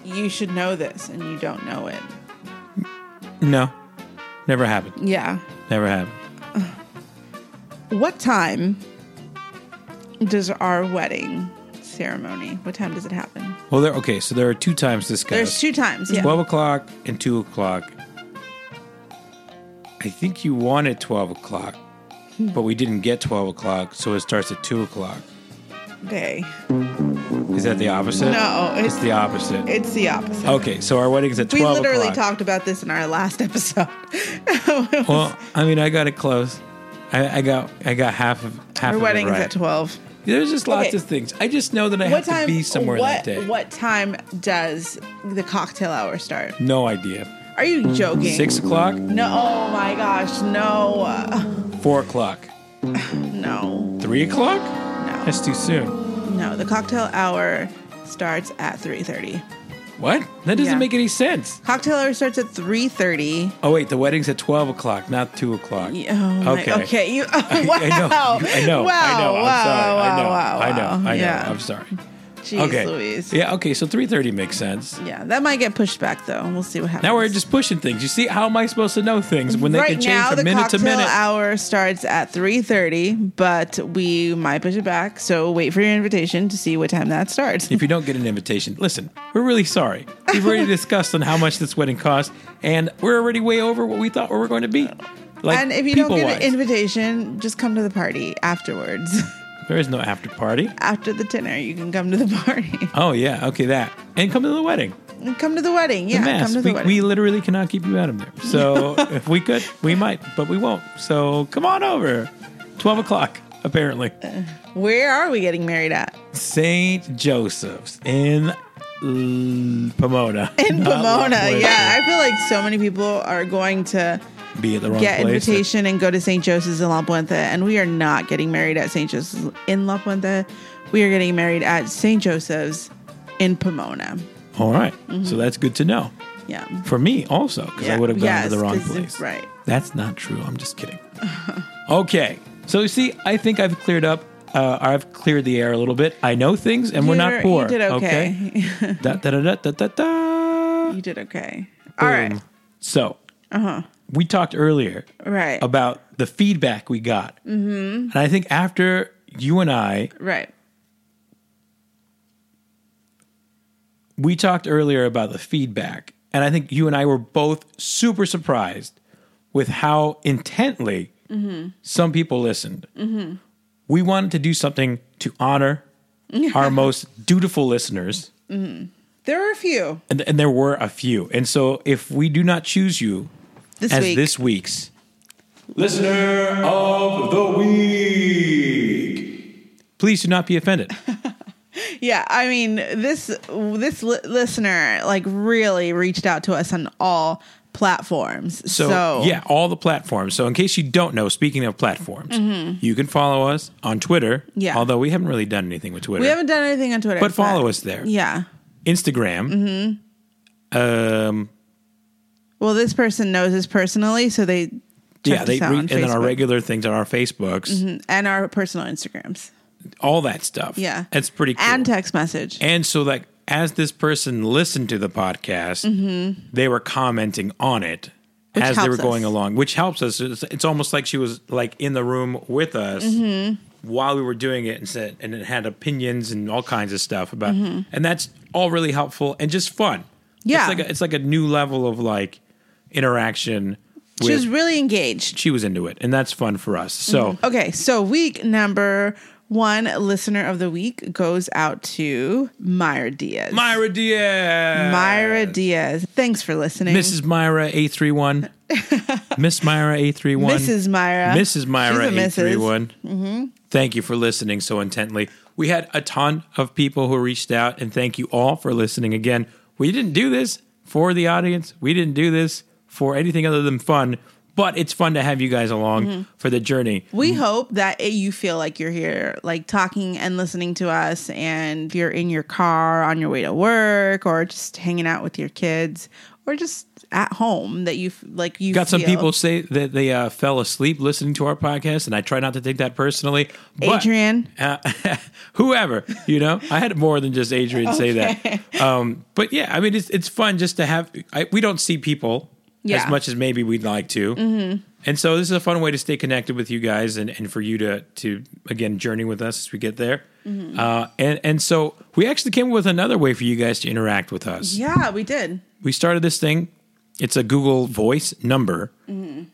you should know this, and you don't know it.
no, never happened.
Yeah.
Never happened.
What time does our wedding ceremony? What time does it happen?
Well, there. Okay, so there are two times this goes.
There's two times. Yeah.
12 o'clock and 2 o'clock. I think you won at 12 o'clock, but we didn't get 12 o'clock, so it starts at 2 o'clock.
Day.
Is that the opposite?
No,
It's,
it's-
the opposite.
It's the opposite.
okay, so our wedding's at
We
12
literally
o'clock.
talked about this in our last episode.
Well, I mean, I got it close. I, I got I got half of half
Our
of
wedding's
it right.
at twelve.
There's just lots
Okay.
of things. I just know that I have
what time?
to be somewhere
what,
that day.
What time does the cocktail hour start?
No idea.
Are you joking?
Six o'clock,
No. Oh my gosh. No. Uh,
four o'clock,
no.
three o'clock.
No.
That's too soon.
No. The cocktail hour starts at three thirty.
What? That doesn't
Yeah.
make any sense.
Cocktail hour starts at three thirty.
Oh wait, the wedding's at twelve o'clock, not two o'clock.
Oh
okay.
My, okay. You. wow.
I know. I know.
Wow.
I know. I'm sorry. I know. I know.
Wow. Wow. wow,
I know.
Yeah.
I'm sorry.
Jeez,
okay.
Louise.
Yeah. Okay. So three thirty makes sense.
Yeah, that might get pushed back though. We'll see what happens.
Now we're just pushing things. You see, how am I supposed to know things when they
right
can change
now.
from
the
minute to
cocktail
minute?
hour starts at three thirty, but we might push it back. So wait for your invitation to see what time that starts.
If you don't get an invitation, listen, we're really sorry. We've already discussed on how much this wedding cost, and we're already way over what we thought we were going to be. Like,
and if you don't get
people-wise.
an invitation, just come to the party afterwards.
there is no after party.
After the dinner, you can come to the party.
Oh yeah, okay, that, and come to the wedding.
And come to the wedding.
The
Yeah,
mass.
come to the
we,
wedding.
we literally cannot keep you out of there. So if we could, we might, but we won't. So come on over. Twelve o'clock, apparently.
Where are we getting married at?
Saint Joseph's in L- Pomona.
In
Not
Pomona.
Lockwood.
Yeah, I feel like so many people are going to
Be at the wrong
get
place.
invitation and go to St. Joseph's in La Puente. And we are not getting married at St. Joseph's in La Puente. We are getting married at St. Joseph's in Pomona.
All right. So that's good to know.
Yeah.
For me, also, because
Mm-hmm. Yeah.
I would have gone
Yes,
to the wrong
'cause it's-
place.
right.
That's not true. I'm just kidding. okay. So, you see, I think I've cleared up. Uh, I've cleared the air a little bit. I know things, and we're
You're-
not poor.
You did okay.
da, da, da, da, da, da, da.
you did okay. All right. Uh-huh.
Boom. So, we talked earlier
Right.
about the feedback we got, mm-hmm. and I think after you and I,
right.
we talked earlier about the feedback, and I think you and I were both super surprised with how intently
Mm-hmm.
some people listened. We wanted to do something to honor our most dutiful listeners,
There were a few
and, and there were a few. And so, if we do not choose you
this
as
week.
this week's listener of the week, please do not be offended.
yeah, I mean this this li- listener like really reached out to us on all platforms.
So,
So,
yeah, all the platforms. So in case you don't know, speaking of platforms, you can follow us on Twitter.
Mm-hmm. Yeah.
Although we haven't really done anything with Twitter.
we haven't done anything on Twitter,
but follow us there.
Yeah. Mm-hmm.
Instagram. Um.
Well, this person knows us personally, so they checked
Yeah, they
us out
re-
on
and then our
Facebook. Mm-hmm.
regular things on our Facebooks,
and our personal Instagrams.
all that stuff.
Yeah.
that's pretty cool.
And text message.
And so, like, as this person listened to the podcast, they were commenting on it
Mm-hmm. Which
as they were
helps
going
us.
along, which helps us. It's, it's almost like she was like in the room with us
Mm-hmm.
while we were doing it, and said, and it had opinions and all kinds of stuff about, and that's all really helpful and just fun.
Mm-hmm. Yeah.
it's like a, it's like a new level of like interaction. With,
she was really engaged.
she was into it, and that's fun for us. So
Okay, so week number one, listener of the week goes out to Myra Diaz.
Myra Diaz,
Myra Diaz. Thanks for listening.
Mrs. Myra eight three one. Miss Myra eight three one.
Mrs. Myra.
Mrs. Myra
She's a Mm-hmm.
eight
Mrs.
three one. Thank you for listening so intently. We had a ton of people who reached out, and thank you all for listening again. We didn't do this for the audience. We didn't do this for anything other than fun. But it's fun to have you guys along
Mm-hmm.
for the journey.
We hope that it, you feel like you're here, like talking and listening to us, and you're in your car on your way to work, or just hanging out with your kids, or just at home. That you f- like you
Got some
feel-
people say that they uh, fell asleep listening to our podcast, and I try not to take that personally. But
Adrian.
uh, whoever you know i had more than just adrian say that um, but yeah i mean it's, it's fun just to have I, we don't see people
Yeah.
as much as maybe we'd like to and so this is a fun way to stay connected with you guys and, and for you to to again journey with us as we get there uh, and and so we actually came up with another way for you guys to interact with us
Yeah, we did.
we started this thing. It's a Google Voice number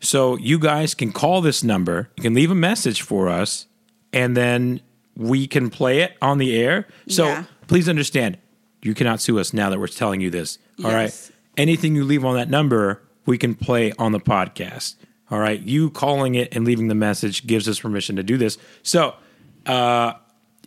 So you guys can call this number. You can leave a message for us, and then we can play it on the air. So
Yeah.
please understand, you cannot sue us now that we're telling you this. All right.
Yes.
Anything you leave on that number, we can play on the podcast. All right. You calling it and leaving the message gives us permission to do this. So uh,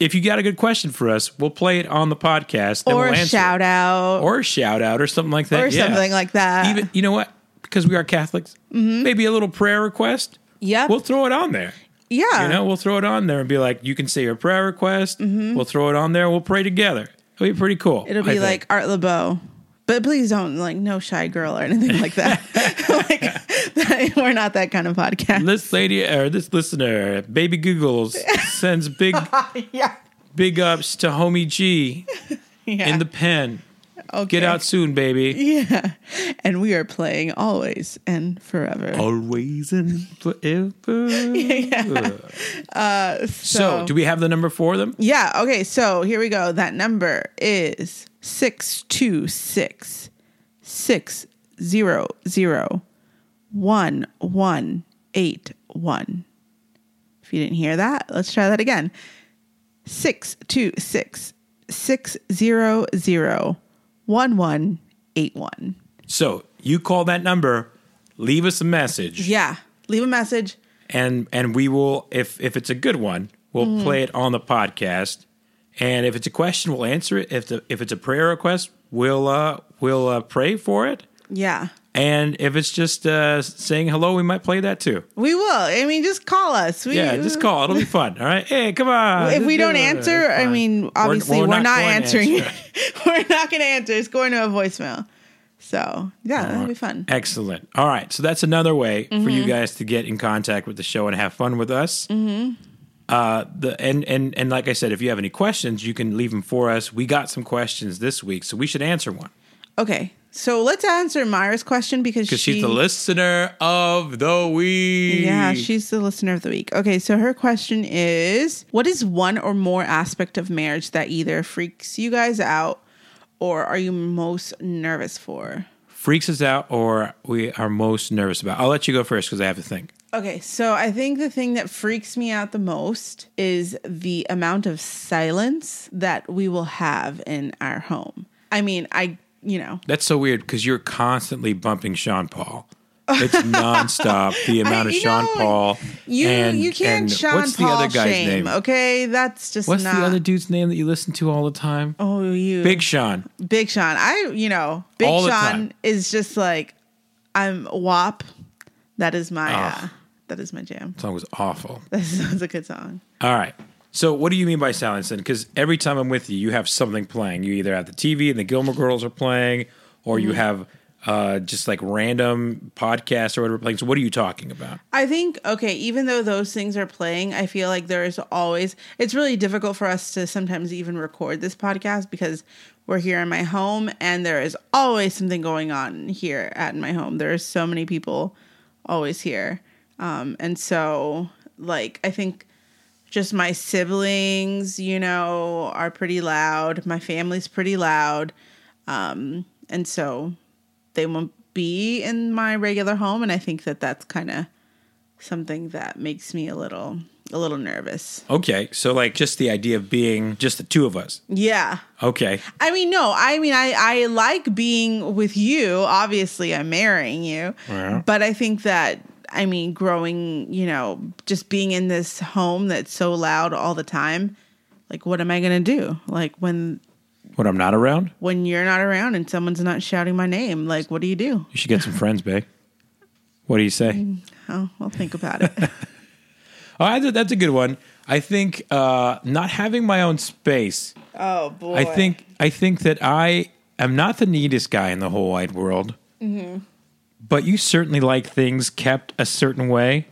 if you got a good question for us, we'll play it on the podcast. Then
or
we'll
a
answer it.
shout out
Or a shout out or something like that.
or
Yeah.
something like that. Mm-hmm.
Even you know what? Because we are Catholics, maybe a little prayer request.
Yep. Uh.
We'll throw it on there.
yeah.
You know, we'll throw it on there and be like, you can say your prayer request. We'll throw it on there. We'll pray together. It'll be pretty cool.
Mm-hmm. It'll
I
be
think.
like Art LeBeau. But please don't like no shy girl or anything like that. like we're not that kind of podcast.
this lady or this listener, baby Googles, sends big
yeah.
big ups to homie G
Yeah.
in the pen.
okay.
Get out soon, baby.
Yeah. And we are playing always and forever.
Always and forever. so,
Uh, so-
do we have the number for them?
Yeah. Okay. So here we go. That number is 626 600 1181. If you didn't hear that, let's try that again. 626 600 1181.
So you call that number, leave us a message,
Yeah. Leave a message.
and and we will if if it's a good one, we'll
Mm-hmm.
play it on the podcast. And if it's a question, we'll answer it. If the, if it's a prayer request, we'll uh we'll uh, pray for it.
Yeah.
And if it's just uh, saying hello, we might play that too.
We will. I mean, just call us. We, uh,
Yeah, just call. It'll be fun. All right. Hey, come on.
if we don't
It's
answer, I
fine.
mean, obviously we're, not,
going to
answering.
answer.
we're not going to answer. It's going to a voicemail. So yeah, that'll be fun.
Excellent. All right. So that's another way for
Mm-hmm.
you guys to get in contact with the show and have fun with us. Mm-hmm. Uh, the and and and like I said, if you have any questions, you can leave them for us. We got some questions this week, so we should answer one
Okay, so let's answer Myra's question because
because
she,
she's the listener of the week.
Yeah, she's the listener of the week. Okay, so her question is: What is one or more aspect of marriage that either freaks you guys out or are you most nervous for?
freaks us out, or we are most nervous about. I'll let you go first because I have to think.
Okay, so I think the thing that freaks me out the most is the amount of silence that we will have in our home. I mean, I, you know,
That's so weird because you're constantly bumping Sean Paul. It's nonstop. The amount of
you
Sean
know,
Paul.
you
and,
you can't
and
Sean
what's
Paul
the other guy's
shame.
name?
Okay, that's just
What's
not.
the other dude's name that you listen to all the time?
oh, you
Big Sean.
Big Sean. I, you know, Big
All the
Sean
time.
is just like I'm WAP. That is my uh,
Ugh.
that is my jam.
Song was awful.
That sounds a good song.
All right. So what do you mean by silence then? Because every time I'm with you, you have something playing. You either have the TV and the Gilmore Girls are playing, or you have uh, just like random podcasts or whatever playing. So what are you talking about?
I think okay, even though those things are playing, I feel like there is always it's really difficult for us to sometimes even record this podcast because we're here in my home and there is always something going on here at my home. There are so many people always here. Um and so like I think just my siblings, you know, are pretty loud. My family's pretty loud. Um and so they won't be in my regular home and I think that that's kind of something that makes me a little a little nervous.
Okay. So like just the idea of being just the two of us.
Yeah.
Okay.
I mean, no, I mean I I like being with you. Obviously, I'm marrying you.
Yeah.
But I think that I mean, growing, you know, just being in this home that's so loud all the time, like what am I going to do? Like when
When I'm not around,
when you're not around and someone's not shouting my name, like what do you do?
you should get some friends, babe. What do you say?
Oh, I'll think about it.
Oh, I- that's a good one. I think uh, not having my own space
oh boy.
I think I think that I am not the neatest guy in the whole wide world,
Mm-hmm.
but you certainly like things kept a certain way,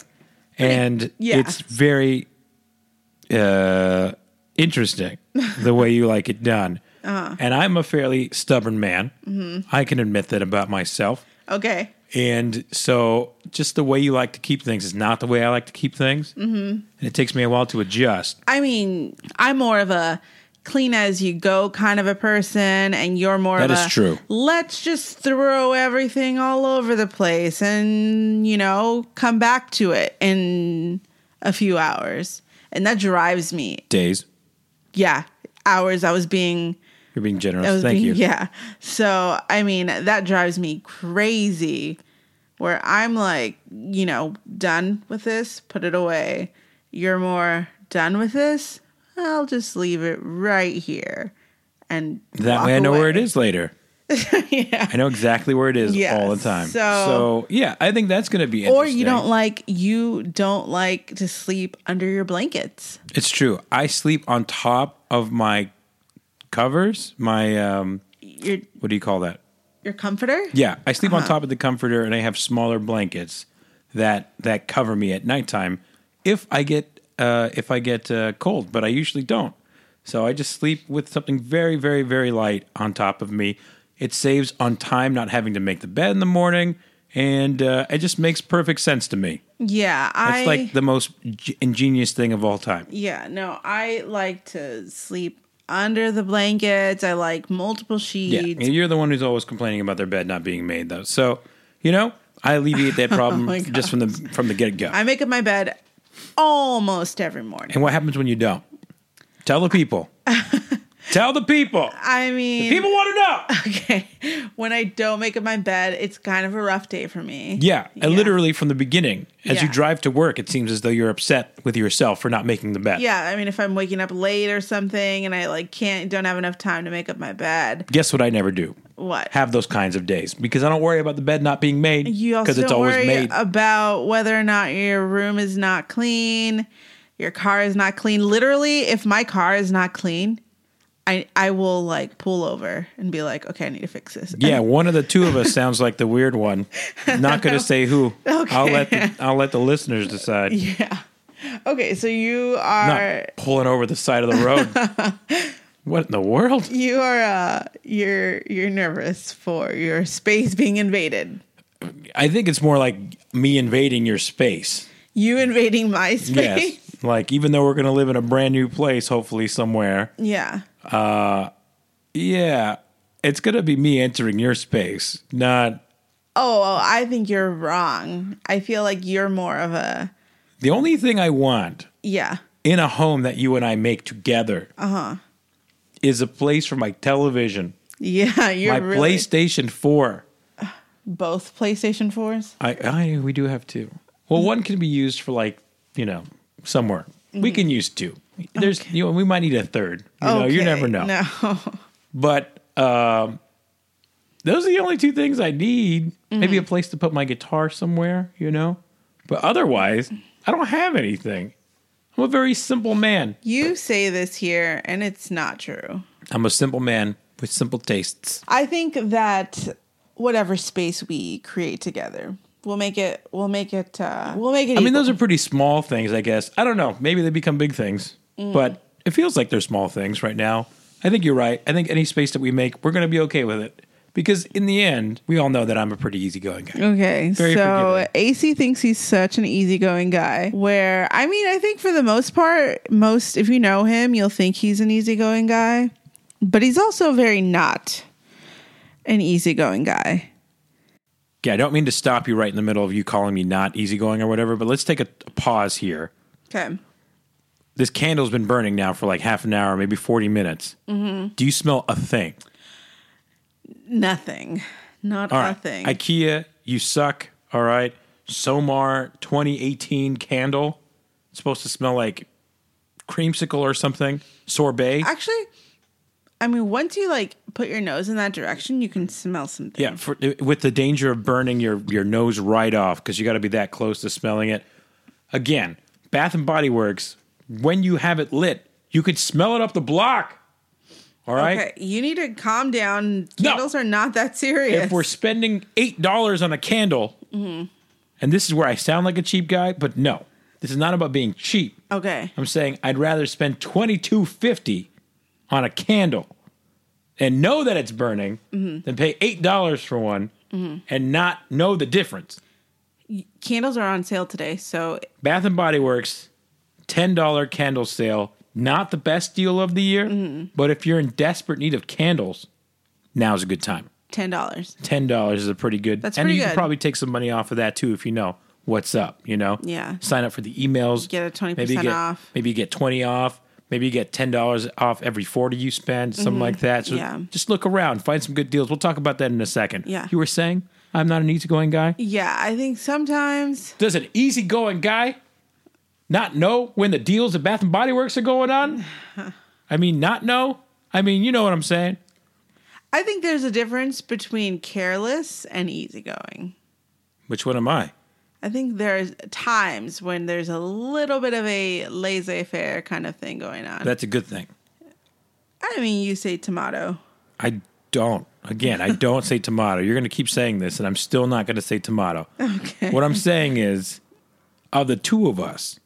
and
yeah.
it's very uh, interesting the way you like it done.
Uh-huh.
And I'm a fairly stubborn man.
Mm-hmm.
I can admit that about myself.
Okay.
And so, just the way you like to keep things is not the way I like to keep things, mm-hmm. and it takes me a while to adjust.
I mean, I'm more of a clean as you go kind of a person, and you're more
That
of
is
a,
true.
Let's just throw everything all over the place, and you know, come back to it in a few hours, and that drives me.
Days.
Yeah, hours. I was being.
You're being
I
generous.
was
Thank
being-
you.
Yeah. So, I mean, that drives me crazy where I'm like, you know, done with this, put it away. You're more done with this. I'll just leave it right here. And
That
walk
way I know where it
away.
is later.
yeah.
I know exactly where it is
Yeah,
all the time.
so-
So, yeah, I think that's going to be
Or
interesting.
you don't like you don't like to sleep under your blankets.
It's true. I sleep on top of my covers, my um
Your
what do you call that?
your comforter?
Yeah, I sleep
Uh-huh.
on top of the comforter and I have smaller blankets that that cover me at nighttime if I get uh if I get uh, cold, but I usually don't. So I just sleep with something very very very light on top of me. It saves on time not having to make the bed in the morning and uh, it just makes perfect sense to me.
Yeah. I
It's like the most g- ingenious thing of all time.
Yeah, no, I like to sleep under the blankets. I like multiple
Yeah,
sheets.
and you're the one who's always complaining about their bed not being made, though. So, you know, I alleviate that problem
Oh my
just from the from the get go.
I make up my bed almost every morning.
And what happens when you don't? Tell the people. Tell the people.
I mean,
People want to know.
okay, when I don't make up my bed, it's kind of a rough day for me.
Yeah, and literally from the beginning, as you
Yeah.
drive to work, it seems as though you're upset with yourself for not making the bed.
Yeah, I mean, if I'm waking up late or something and I like can't, don't have enough time to make up my bed,
Guess what? I never do.
what?
Have those kinds of days because I don't worry about the bed not being made
you also
because
don't
it's always
worry
made.
about whether or not your room is not clean, your car is not clean. Literally, if my car is not clean, I I will like pull over and be like, okay, I need to fix this.
Yeah, one of the two of us sounds like the weird one. Not going to say who.
Okay.
I'll let the, I'll let the listeners decide.
Yeah. Okay, so you
Not
are
pulling over the side of the road. what in the world?
you are uh you're you're nervous for your space being invaded.
I think it's more like me invading your space.
You invading my space.
Yes. like even though we're going to live in a brand new place, hopefully somewhere.
Yeah.
Yeah, it's going to be me entering your space, not
Oh, well, I think you're wrong. I feel like you're more of a
the only thing I want
yeah.
in a home that you and I make together. Uh-huh. Is a place for my television,
Yeah, you're
my
Oh, really
PlayStation 4.
both PlayStation 4s.
I, I we do have two. Well, one can be used for like you know somewhere. We can use two. There's you know we might need a third. You know you never know.
No.
But um, those are the only two things I need. Maybe a place to put my guitar somewhere. You know, but otherwise I don't have anything. I'm a very simple man.
You say this here and it's not true.
I'm a simple man with simple tastes.
I think that whatever space we create together, we'll make it we'll make it uh we'll make it
I mean, those are pretty small things, I guess. I don't know. Maybe they become big things, but it feels like they're small things right now. I think you're right. I think any space that we make, we're going to be okay with it because in the end, we all know that I'm a pretty easygoing
Mm.
guy.
Okay,
Very
so
forgiving.
AC thinks he's such an easygoing guy. Where I mean, I think for the most part, most if you know him, you'll think he's an easygoing guy, but he's also very not an easygoing guy.
Yeah, I don't mean to stop you right in the middle of you calling me not easygoing or whatever, but let's take a, a pause here.
Okay,
This candle's been burning now for like half an hour, maybe 40 minutes. Do you smell a thing?
nothing, not
All
a
right.
thing.
IKEA, you suck. All right. Somar 2018 candle. It's supposed to smell like creamsicle or something. Sorbet.
Actually, I mean, once you like put your nose in that direction, you can smell something.
yeah, for, with the danger of burning your, your nose right off because you got to be that close to smelling it. Again, Bath and Body Works, when you have it lit, you could smell it up the block. All right.
Okay, you need to calm down.
No.
Candles are not that serious.
if we're spending eight dollars on a candle, and this is where I sound like a cheap guy, but no, this is not about being cheap.
okay,
I'm saying I'd rather spend twenty two fifty on a candle and know that it's burning than pay eight dollars for one and not know the difference.
candles are on sale today, so
Bath and Body Works ten dollar candle sale. Not the best deal of the year, but if you're in desperate need of candles, now's a good time.
ten dollars.
ten dollars is a pretty good.
That's
and
pretty
you
good.
can probably take some money off of that too if you know what's up. You know,
Yeah.
Sign up for the emails.
Get a 20%
Maybe you get-
off.
Maybe you get twenty off. Maybe you get ten dollars off every forty you spend, something like that. So
Mm-hmm. Yeah.
just look around, find some good deals. We'll talk about that in a second.
Yeah.
You were saying I'm not an easygoing guy.
Yeah, I think sometimes
Does an easygoing guy not know when the deals at Bath and Body Works are going on? I mean, not know. I mean, you know what I'm saying.
I think there's a difference between careless and easygoing.
Which one am I?
I think there's times when there's a little bit of a laissez-faire kind of thing going on.
That's a good thing.
I mean, you say tomato.
I don't. Again, I don't say tomato. You're going to keep saying this, and I'm still not going to say tomato.
Okay.
What I'm saying is, of the two of us,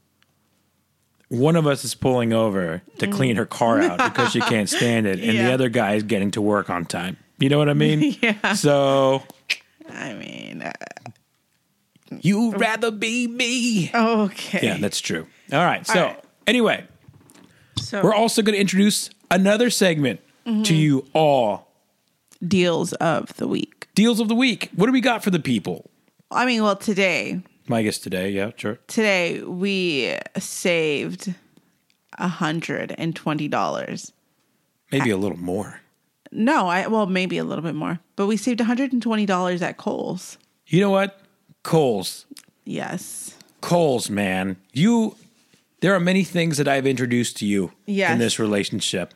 one of us is pulling over to clean her car out because she can't stand it, and
Mm. Yeah.
the other guy is getting to work on time. You know what I mean?
Yeah.
So
I mean, uh,
you'd rather be me.
okay.
Yeah, that's true. All right. So
right.
anyway,
so
we're also going to introduce another segment
Mm-hmm.
to you all.
deals of the week.
Deals of the week. What do we got for the people?
I mean, well, today
My guess today. Yeah, sure.
today we saved a hundred and twenty dollars.
Maybe a little more.
No, I well maybe a little bit more, but we saved one hundred and twenty dollars at Kohl's.
You know what? Coles.
Yes,
Coles, man. You there are many things that I've introduced to you
Yes.
in this relationship.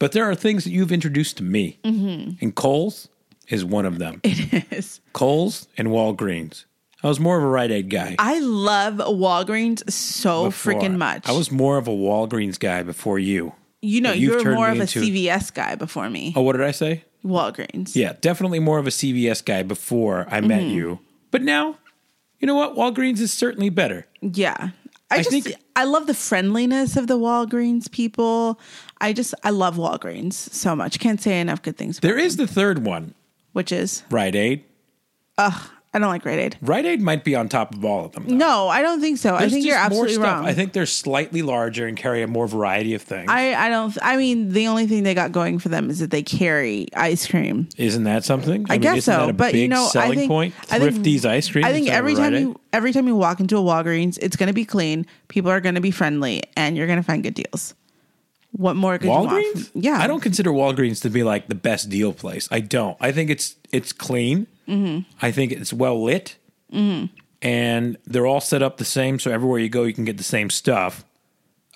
But there are things that you've introduced to me. And Coles is one of them.
Mm-hmm. it is.
Coles and Walgreens. I was more of a Rite Aid guy.
I love Walgreens so
before.
freaking much.
I was more of a Walgreens guy before you.
you know,
but you've
you were
turned
more
me
of a
into-
CVS guy before me.
Oh, what did I say?
Walgreens.
Yeah, definitely more of a CVS guy before
Mm-hmm.
I met you. But now, you know what? Walgreens is certainly better.
Yeah. I,
I
just
think-
I love the friendliness of the Walgreens people. I just I love Walgreens so much. Can't say enough good things. about
There is the third one,
which is
Rite Aid.
I don't like Rite Aid.
Rite Aid might be on top of all of them. though.
No, I don't think so. I
There's
think you're
just more
absolutely
stuff.
wrong.
I think they're slightly larger and carry a more variety of things.
I, I don't I mean the only thing they got going for them is that they carry ice cream.
isn't that something?
I,
mean,
guess
isn't
so,
that a
but
big
you know,
selling
I think
point.
I think-
Thrifty's ice cream.
I think
instead of
every
Rite
time
Aid?
you every time you walk into a Walgreens, it's going to be clean. People are going to be friendly, and you're going to find good deals. What more could you want?
Walgreens?
from- Yeah,
I don't consider Walgreens to be like the best deal place. I don't. I think it's it's clean.
Mm-hmm.
I think it's well lit, and they're all set up the same. So everywhere you go, you can get the same stuff.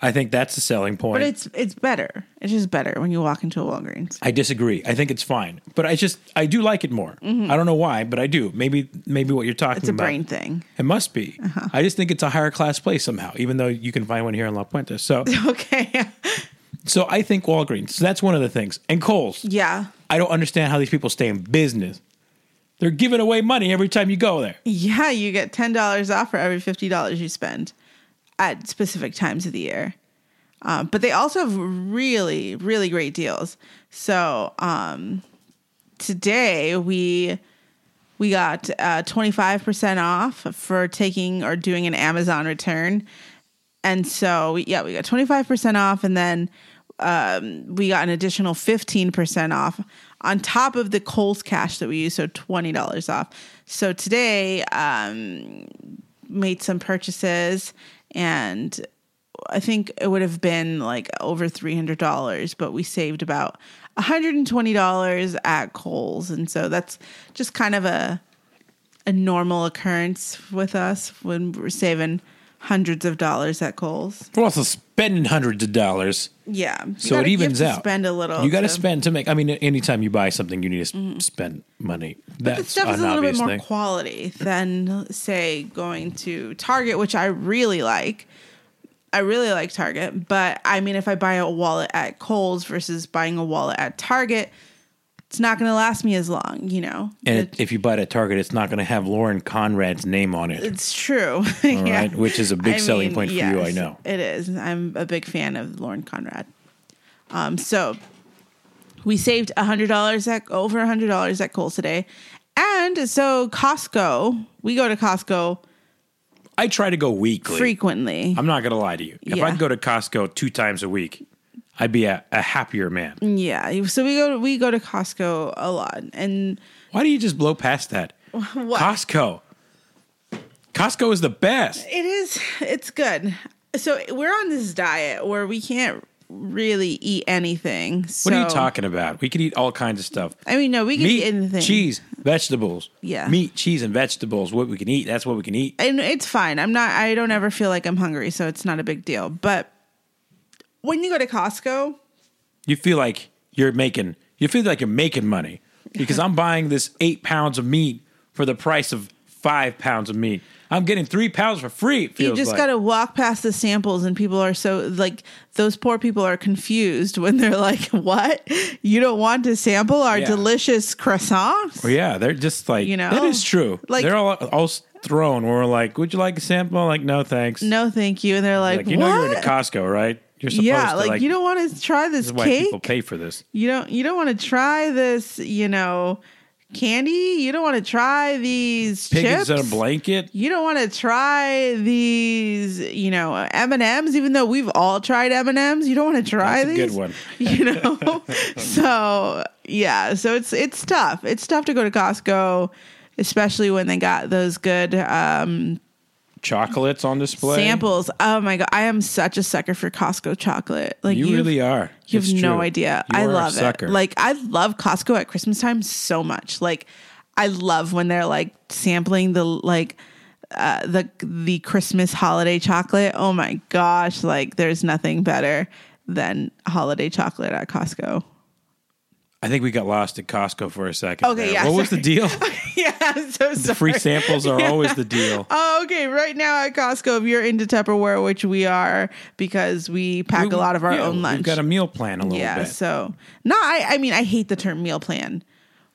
I think that's the selling point.
But it's it's better. It's just better when you walk into a Walgreens.
I disagree. I think it's fine, but I just I do like it more. I don't know why, but I do. Maybe maybe what you're talking
Mm-hmm. It's a
about.
brain Uh-huh. thing.
It must be. I just think it's a higher class place somehow, even though you can find one here in La Puente. So,
Okay.
so I think Walgreens. So that's one of the things. And Kohl's.
yeah.
I don't understand how these people stay in business. They're giving away money every time you go there.
Yeah, you get ten dollars off for every fifty dollars you spend at specific times of the year. Um, but they also have really, really great deals. So um, today we we got twenty five percent off for taking or doing an Amazon return, and so yeah, we got twenty five percent off, and then um, we got an additional fifteen percent off on top of the Kohl's cash that we use, so twenty dollars off. So today um, made some purchases and I think it would have been like over $300, but we saved about $120 at Kohl's. And so that's just kind of a a normal occurrence with us when we're saving hundreds of dollars at Kohl's.
We're also spending hundreds of dollars,
Yeah. You
so
gotta-
it
you have
evens
to
out.
Spend a little.
You got to
so-
spend to make. I mean, anytime you buy something, you need to s spend money. That's
This stuff
an
is a little bit
obvious
more
thing.
quality than say going to Target, which I really like. I really like Target, but I mean, if I buy a wallet at Kohl's versus buying a wallet at Target, it's not going to last me as long, you know.
and
It-
if you buy it at Target, it's not going to have Lauren Conrad's name on it.
it's true,
right, which is a big selling point for you, I know.
it is. I'm a big fan of Lauren Conrad. Um, so we saved a hundred dollars at over a hundred dollars at Kohl's today, and so Costco. We go to Costco
I try to go weekly.
frequently.
I'm not gonna lie to you. If
Yeah.
I go to Costco two times a week, I'd be a, a happier man.
yeah, you- so we go we go to Costco a lot, and
Why do you just blow past that? Costco. Costco is the best.
it is it's good. So we're on this diet where we can't really eat anything.
What are you
so-
talking about? We could eat all kinds of stuff.
I mean, no, we can
Meat,
eat anything.
cheese, vegetables.
Yeah.
Meat, cheese, and vegetables. What we can eat. That's what we can eat.
and it's fine. I'm not. I don't ever feel like I'm hungry, so it's not a big deal. But when you go to Costco,
You feel like you're making. You feel like you're making money because I'm buying this eight pounds of meat for the price of five pounds of meat. I'm getting three pounds for free. It
you
feels
just
like.
gotta walk past the samples, and people are so like those poor people are confused when they're like, "What? You don't want to sample our
Yeah.
delicious croissants?"
Well, yeah, they're just like
You know?
That is true.
Like-
they're all all thrown. We're like, would you like a sample? I'm like, no, thanks.
No, thank you. And they're like,
like you
"What?"
know, you're in Costco, right? You're supposed
yeah,
to
like,
like,
you don't want to try this,
This is why people
cake.
pay for this.
you don't. You don't want to try this. You know, candy. You don't want to try these
Pigs
chips.
in a blanket.
you don't want to try these, you know, M and M's. Even though we've all tried M and M's, you don't want to try
That's a
these.
good one.
You know, so yeah, so it's it's tough. It's tough to go to Costco, especially when they got those good um,
Chocolates on display.
samples. Oh my god, I am such a sucker for Costco chocolate. Like
You
you've-
really are.
You have
It's
no
true.
idea.
You
I
are a
love
sucker.
it. Like I love Costco at Christmas time so much. Like I love when they're like sampling the like uh, the the Christmas holiday chocolate. Oh my gosh! Like there's nothing better than holiday chocolate at Costco.
I think we got lost at Costco for a second.
Okay,
there.
yeah,
What was the
sorry.
deal?
yeah, I'm so sorry.
The free samples are always the deal.
Oh, okay. Right now at Costco, if you're into Tupperware, which we are, because we pack a lot of our
Yeah,
own lunch.
We've got a meal plan a little
yeah.
bit.
So no, I I mean I hate the term meal plan.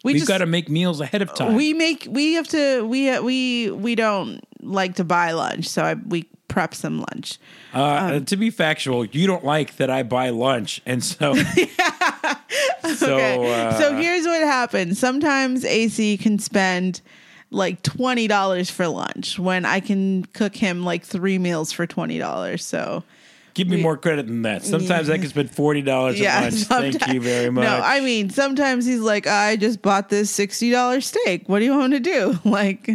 We
we've
just
got to make meals ahead of time.
we make we have to we we we don't like to buy lunch so I, we prep some lunch
uh, uh,
um,
to be factual, you don't like that I buy lunch, and so so uh,
so here's what happens sometimes ac can spend like $20 for lunch when i can cook him like three meals for $20 so
give me more credit than that. Sometimes I can spend forty dollars
yeah
at lunch.
sometimes-
Thank you very much.
no i mean sometimes he's like i just bought this $60 steak what do you want me to do like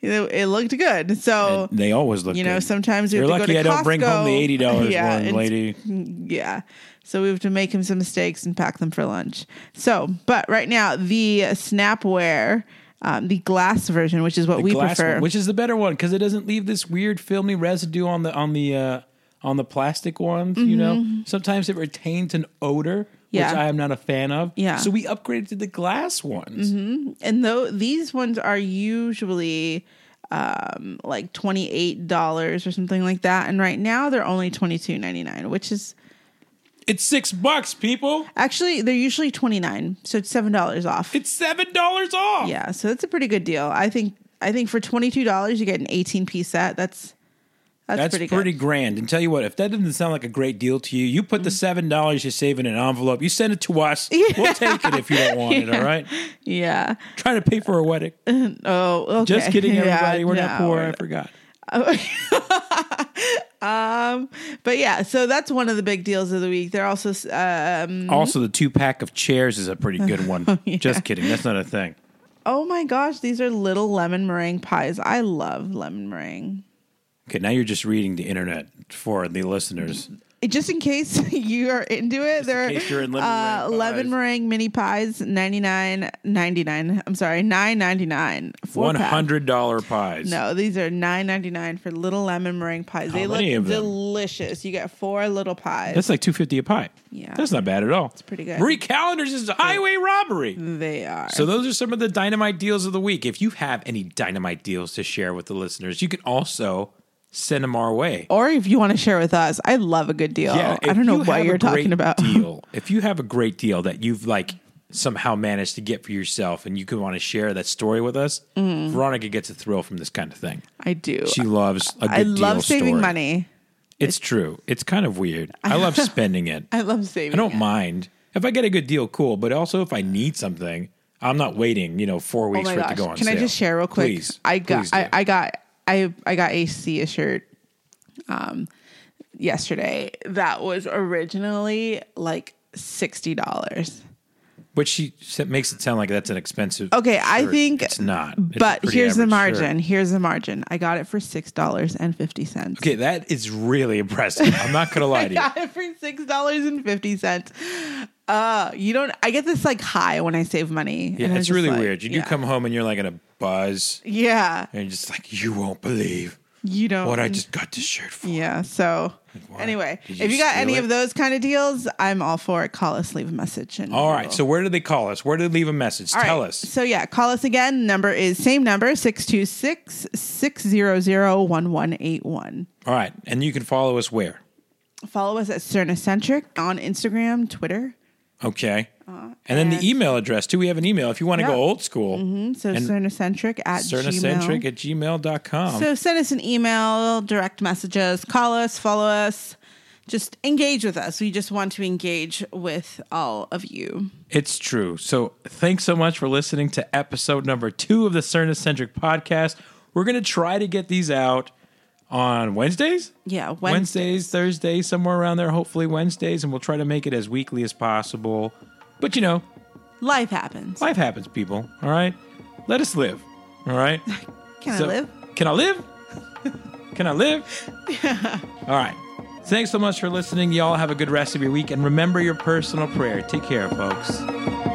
it, it looked good so
And they always look.
you know,
good.
sometimes we
you're
have to
lucky
go to
I don't bring home the
Costco.
eighty dollars
Yeah,
one,
it's-
lady.
Yeah. So we have to make him some mistakes and pack them for lunch. So, but right now, the Snapware, um, the glass version, which is what we
glass
prefer.
one, which is the better one because it doesn't leave this weird filmy residue on the on the uh, on the plastic ones. You know, sometimes it retains an odor,
Mm-hmm. Yeah.
which I am not a fan of.
Yeah. Mm-hmm.
so we upgraded to the glass ones.
and though these ones are usually um, like $28 or something like that. And right now, they're only $22.99, which is
It's six bucks, people.
actually, they're usually 29 So it's $7 off.
It's seven dollars off.
yeah. So that's a pretty good deal. I think. I think for twenty two dollars you get an eighteen piece set. That's that's,
That's
pretty,
pretty,
good. Mm-hmm.
grand. And tell you what, if that doesn't sound like a great deal to you, you put the seven dollars you save in an envelope. You send it to us. We'll take it if you don't want it. All right.
Yeah.
Trying to pay for a wedding.
Oh, okay.
Just kidding,
Yeah,
everybody. we're not
no,
poor.
we're
I forgot.
But yeah, so that's one of the big deals of the week. They're also um
Also, the two pack of chairs is a pretty good one. Just kidding. That's not a thing.
oh my gosh, these are little lemon meringue pies. I love lemon meringue.
Okay, now you're just reading the internet for the listeners.
It- Just in case you are into it, there
case you're
are
in lemon
uh,
meringue
lemon
pies.
meringue mini pies, ninety nine ninety nine. I'm sorry, nine ninety nine.
One hundred dollar pies.
No, these are nine ninety nine for little lemon meringue pies. they look
many of them?
delicious. You got four little pies.
that's like two fifty a pie.
Yeah.
that's not bad at all. It's
pretty good. Mm-hmm.
Marie Callender's is highway robbery.
they are.
So those are some of the dynamite deals of the week. If you have any dynamite deals to share with the listeners, you can also send them our way.
or if you want to share with us, I love a good deal. Oh, I
if
don't know
you
what
have a
you're talking
great
about.
Deal. If you have a great deal that you've like somehow managed to get for yourself, and you could want to share that story with us, Veronica gets a thrill from this kind of thing.
Mm. I do.
She loves a good
I love
deal
saving
story.
money.
It's true. It's kind of weird. I love spending it. I
I love saving.
don't
it.
mind if I get a good deal, cool. But also, if I need something, I'm not waiting. You know, four
Oh
weeks
my
for it to
gosh!
go on
Can I
sale.
just share real quick?
Please,
I got.
please do.
I, I got. I I got AC a shirt um yesterday that was originally like sixty dollars.
But she sa- makes it sound like that's an expensive.
Okay, I
shirt.
think
it's not. It's a
but
pretty
here's the
average shirt.
margin. Here's the margin. I got it for six dollars and fifty cents.
Okay, that is really impressive. I'm not gonna lie
I
to you.
got it for six dollars and fifty cents. Uh, you don't. I get this like high when I save money.
Yeah,
and I'm
it's
just
really
like,
weird. You
yeah.
do come home and you're like in a buzz,
Yeah,
and you're just like, you won't believe
you don't.
what I just got this shirt for.
Yeah. So
why?
anyway,
Did
if
you
you got
steal
any
it?
of those kind of deals, I'm all for it. Call us, leave a message, and
All right.
we'll-
So where do they call us? Where do they leave a message?
All
Tell
right.
us.
So yeah, call us again. Number is same number 626-600-1181.
All right, and you can follow us where?
Follow us at Cernocentric on Instagram, Twitter.
Okay. and then
Uh, and-
the email address too. We have an email if you want to
Yeah.
go old school.
Mm, So
And-
Cernocentric at
Cernocentric
Cernocentric.
at gmail.com.
So send us an email, direct messages, call us, follow us. Just engage with us. We just want to engage with all of you.
It's true. So thanks so much for listening to episode number two of the Cernocentric podcast. We're going to try to get these out on Wednesdays.
Yeah,
Wednesdays, Thursdays, somewhere around there, hopefully Wednesdays. And we'll try to make it as weekly as possible. But you know,
Life happens.
life happens, people. All right. Let us live. All right.
Can
So-
I live?
Can I live? Can I live? All right. Thanks so much for listening. Y'all have a good rest of your week. And remember your personal prayer. Take care, folks.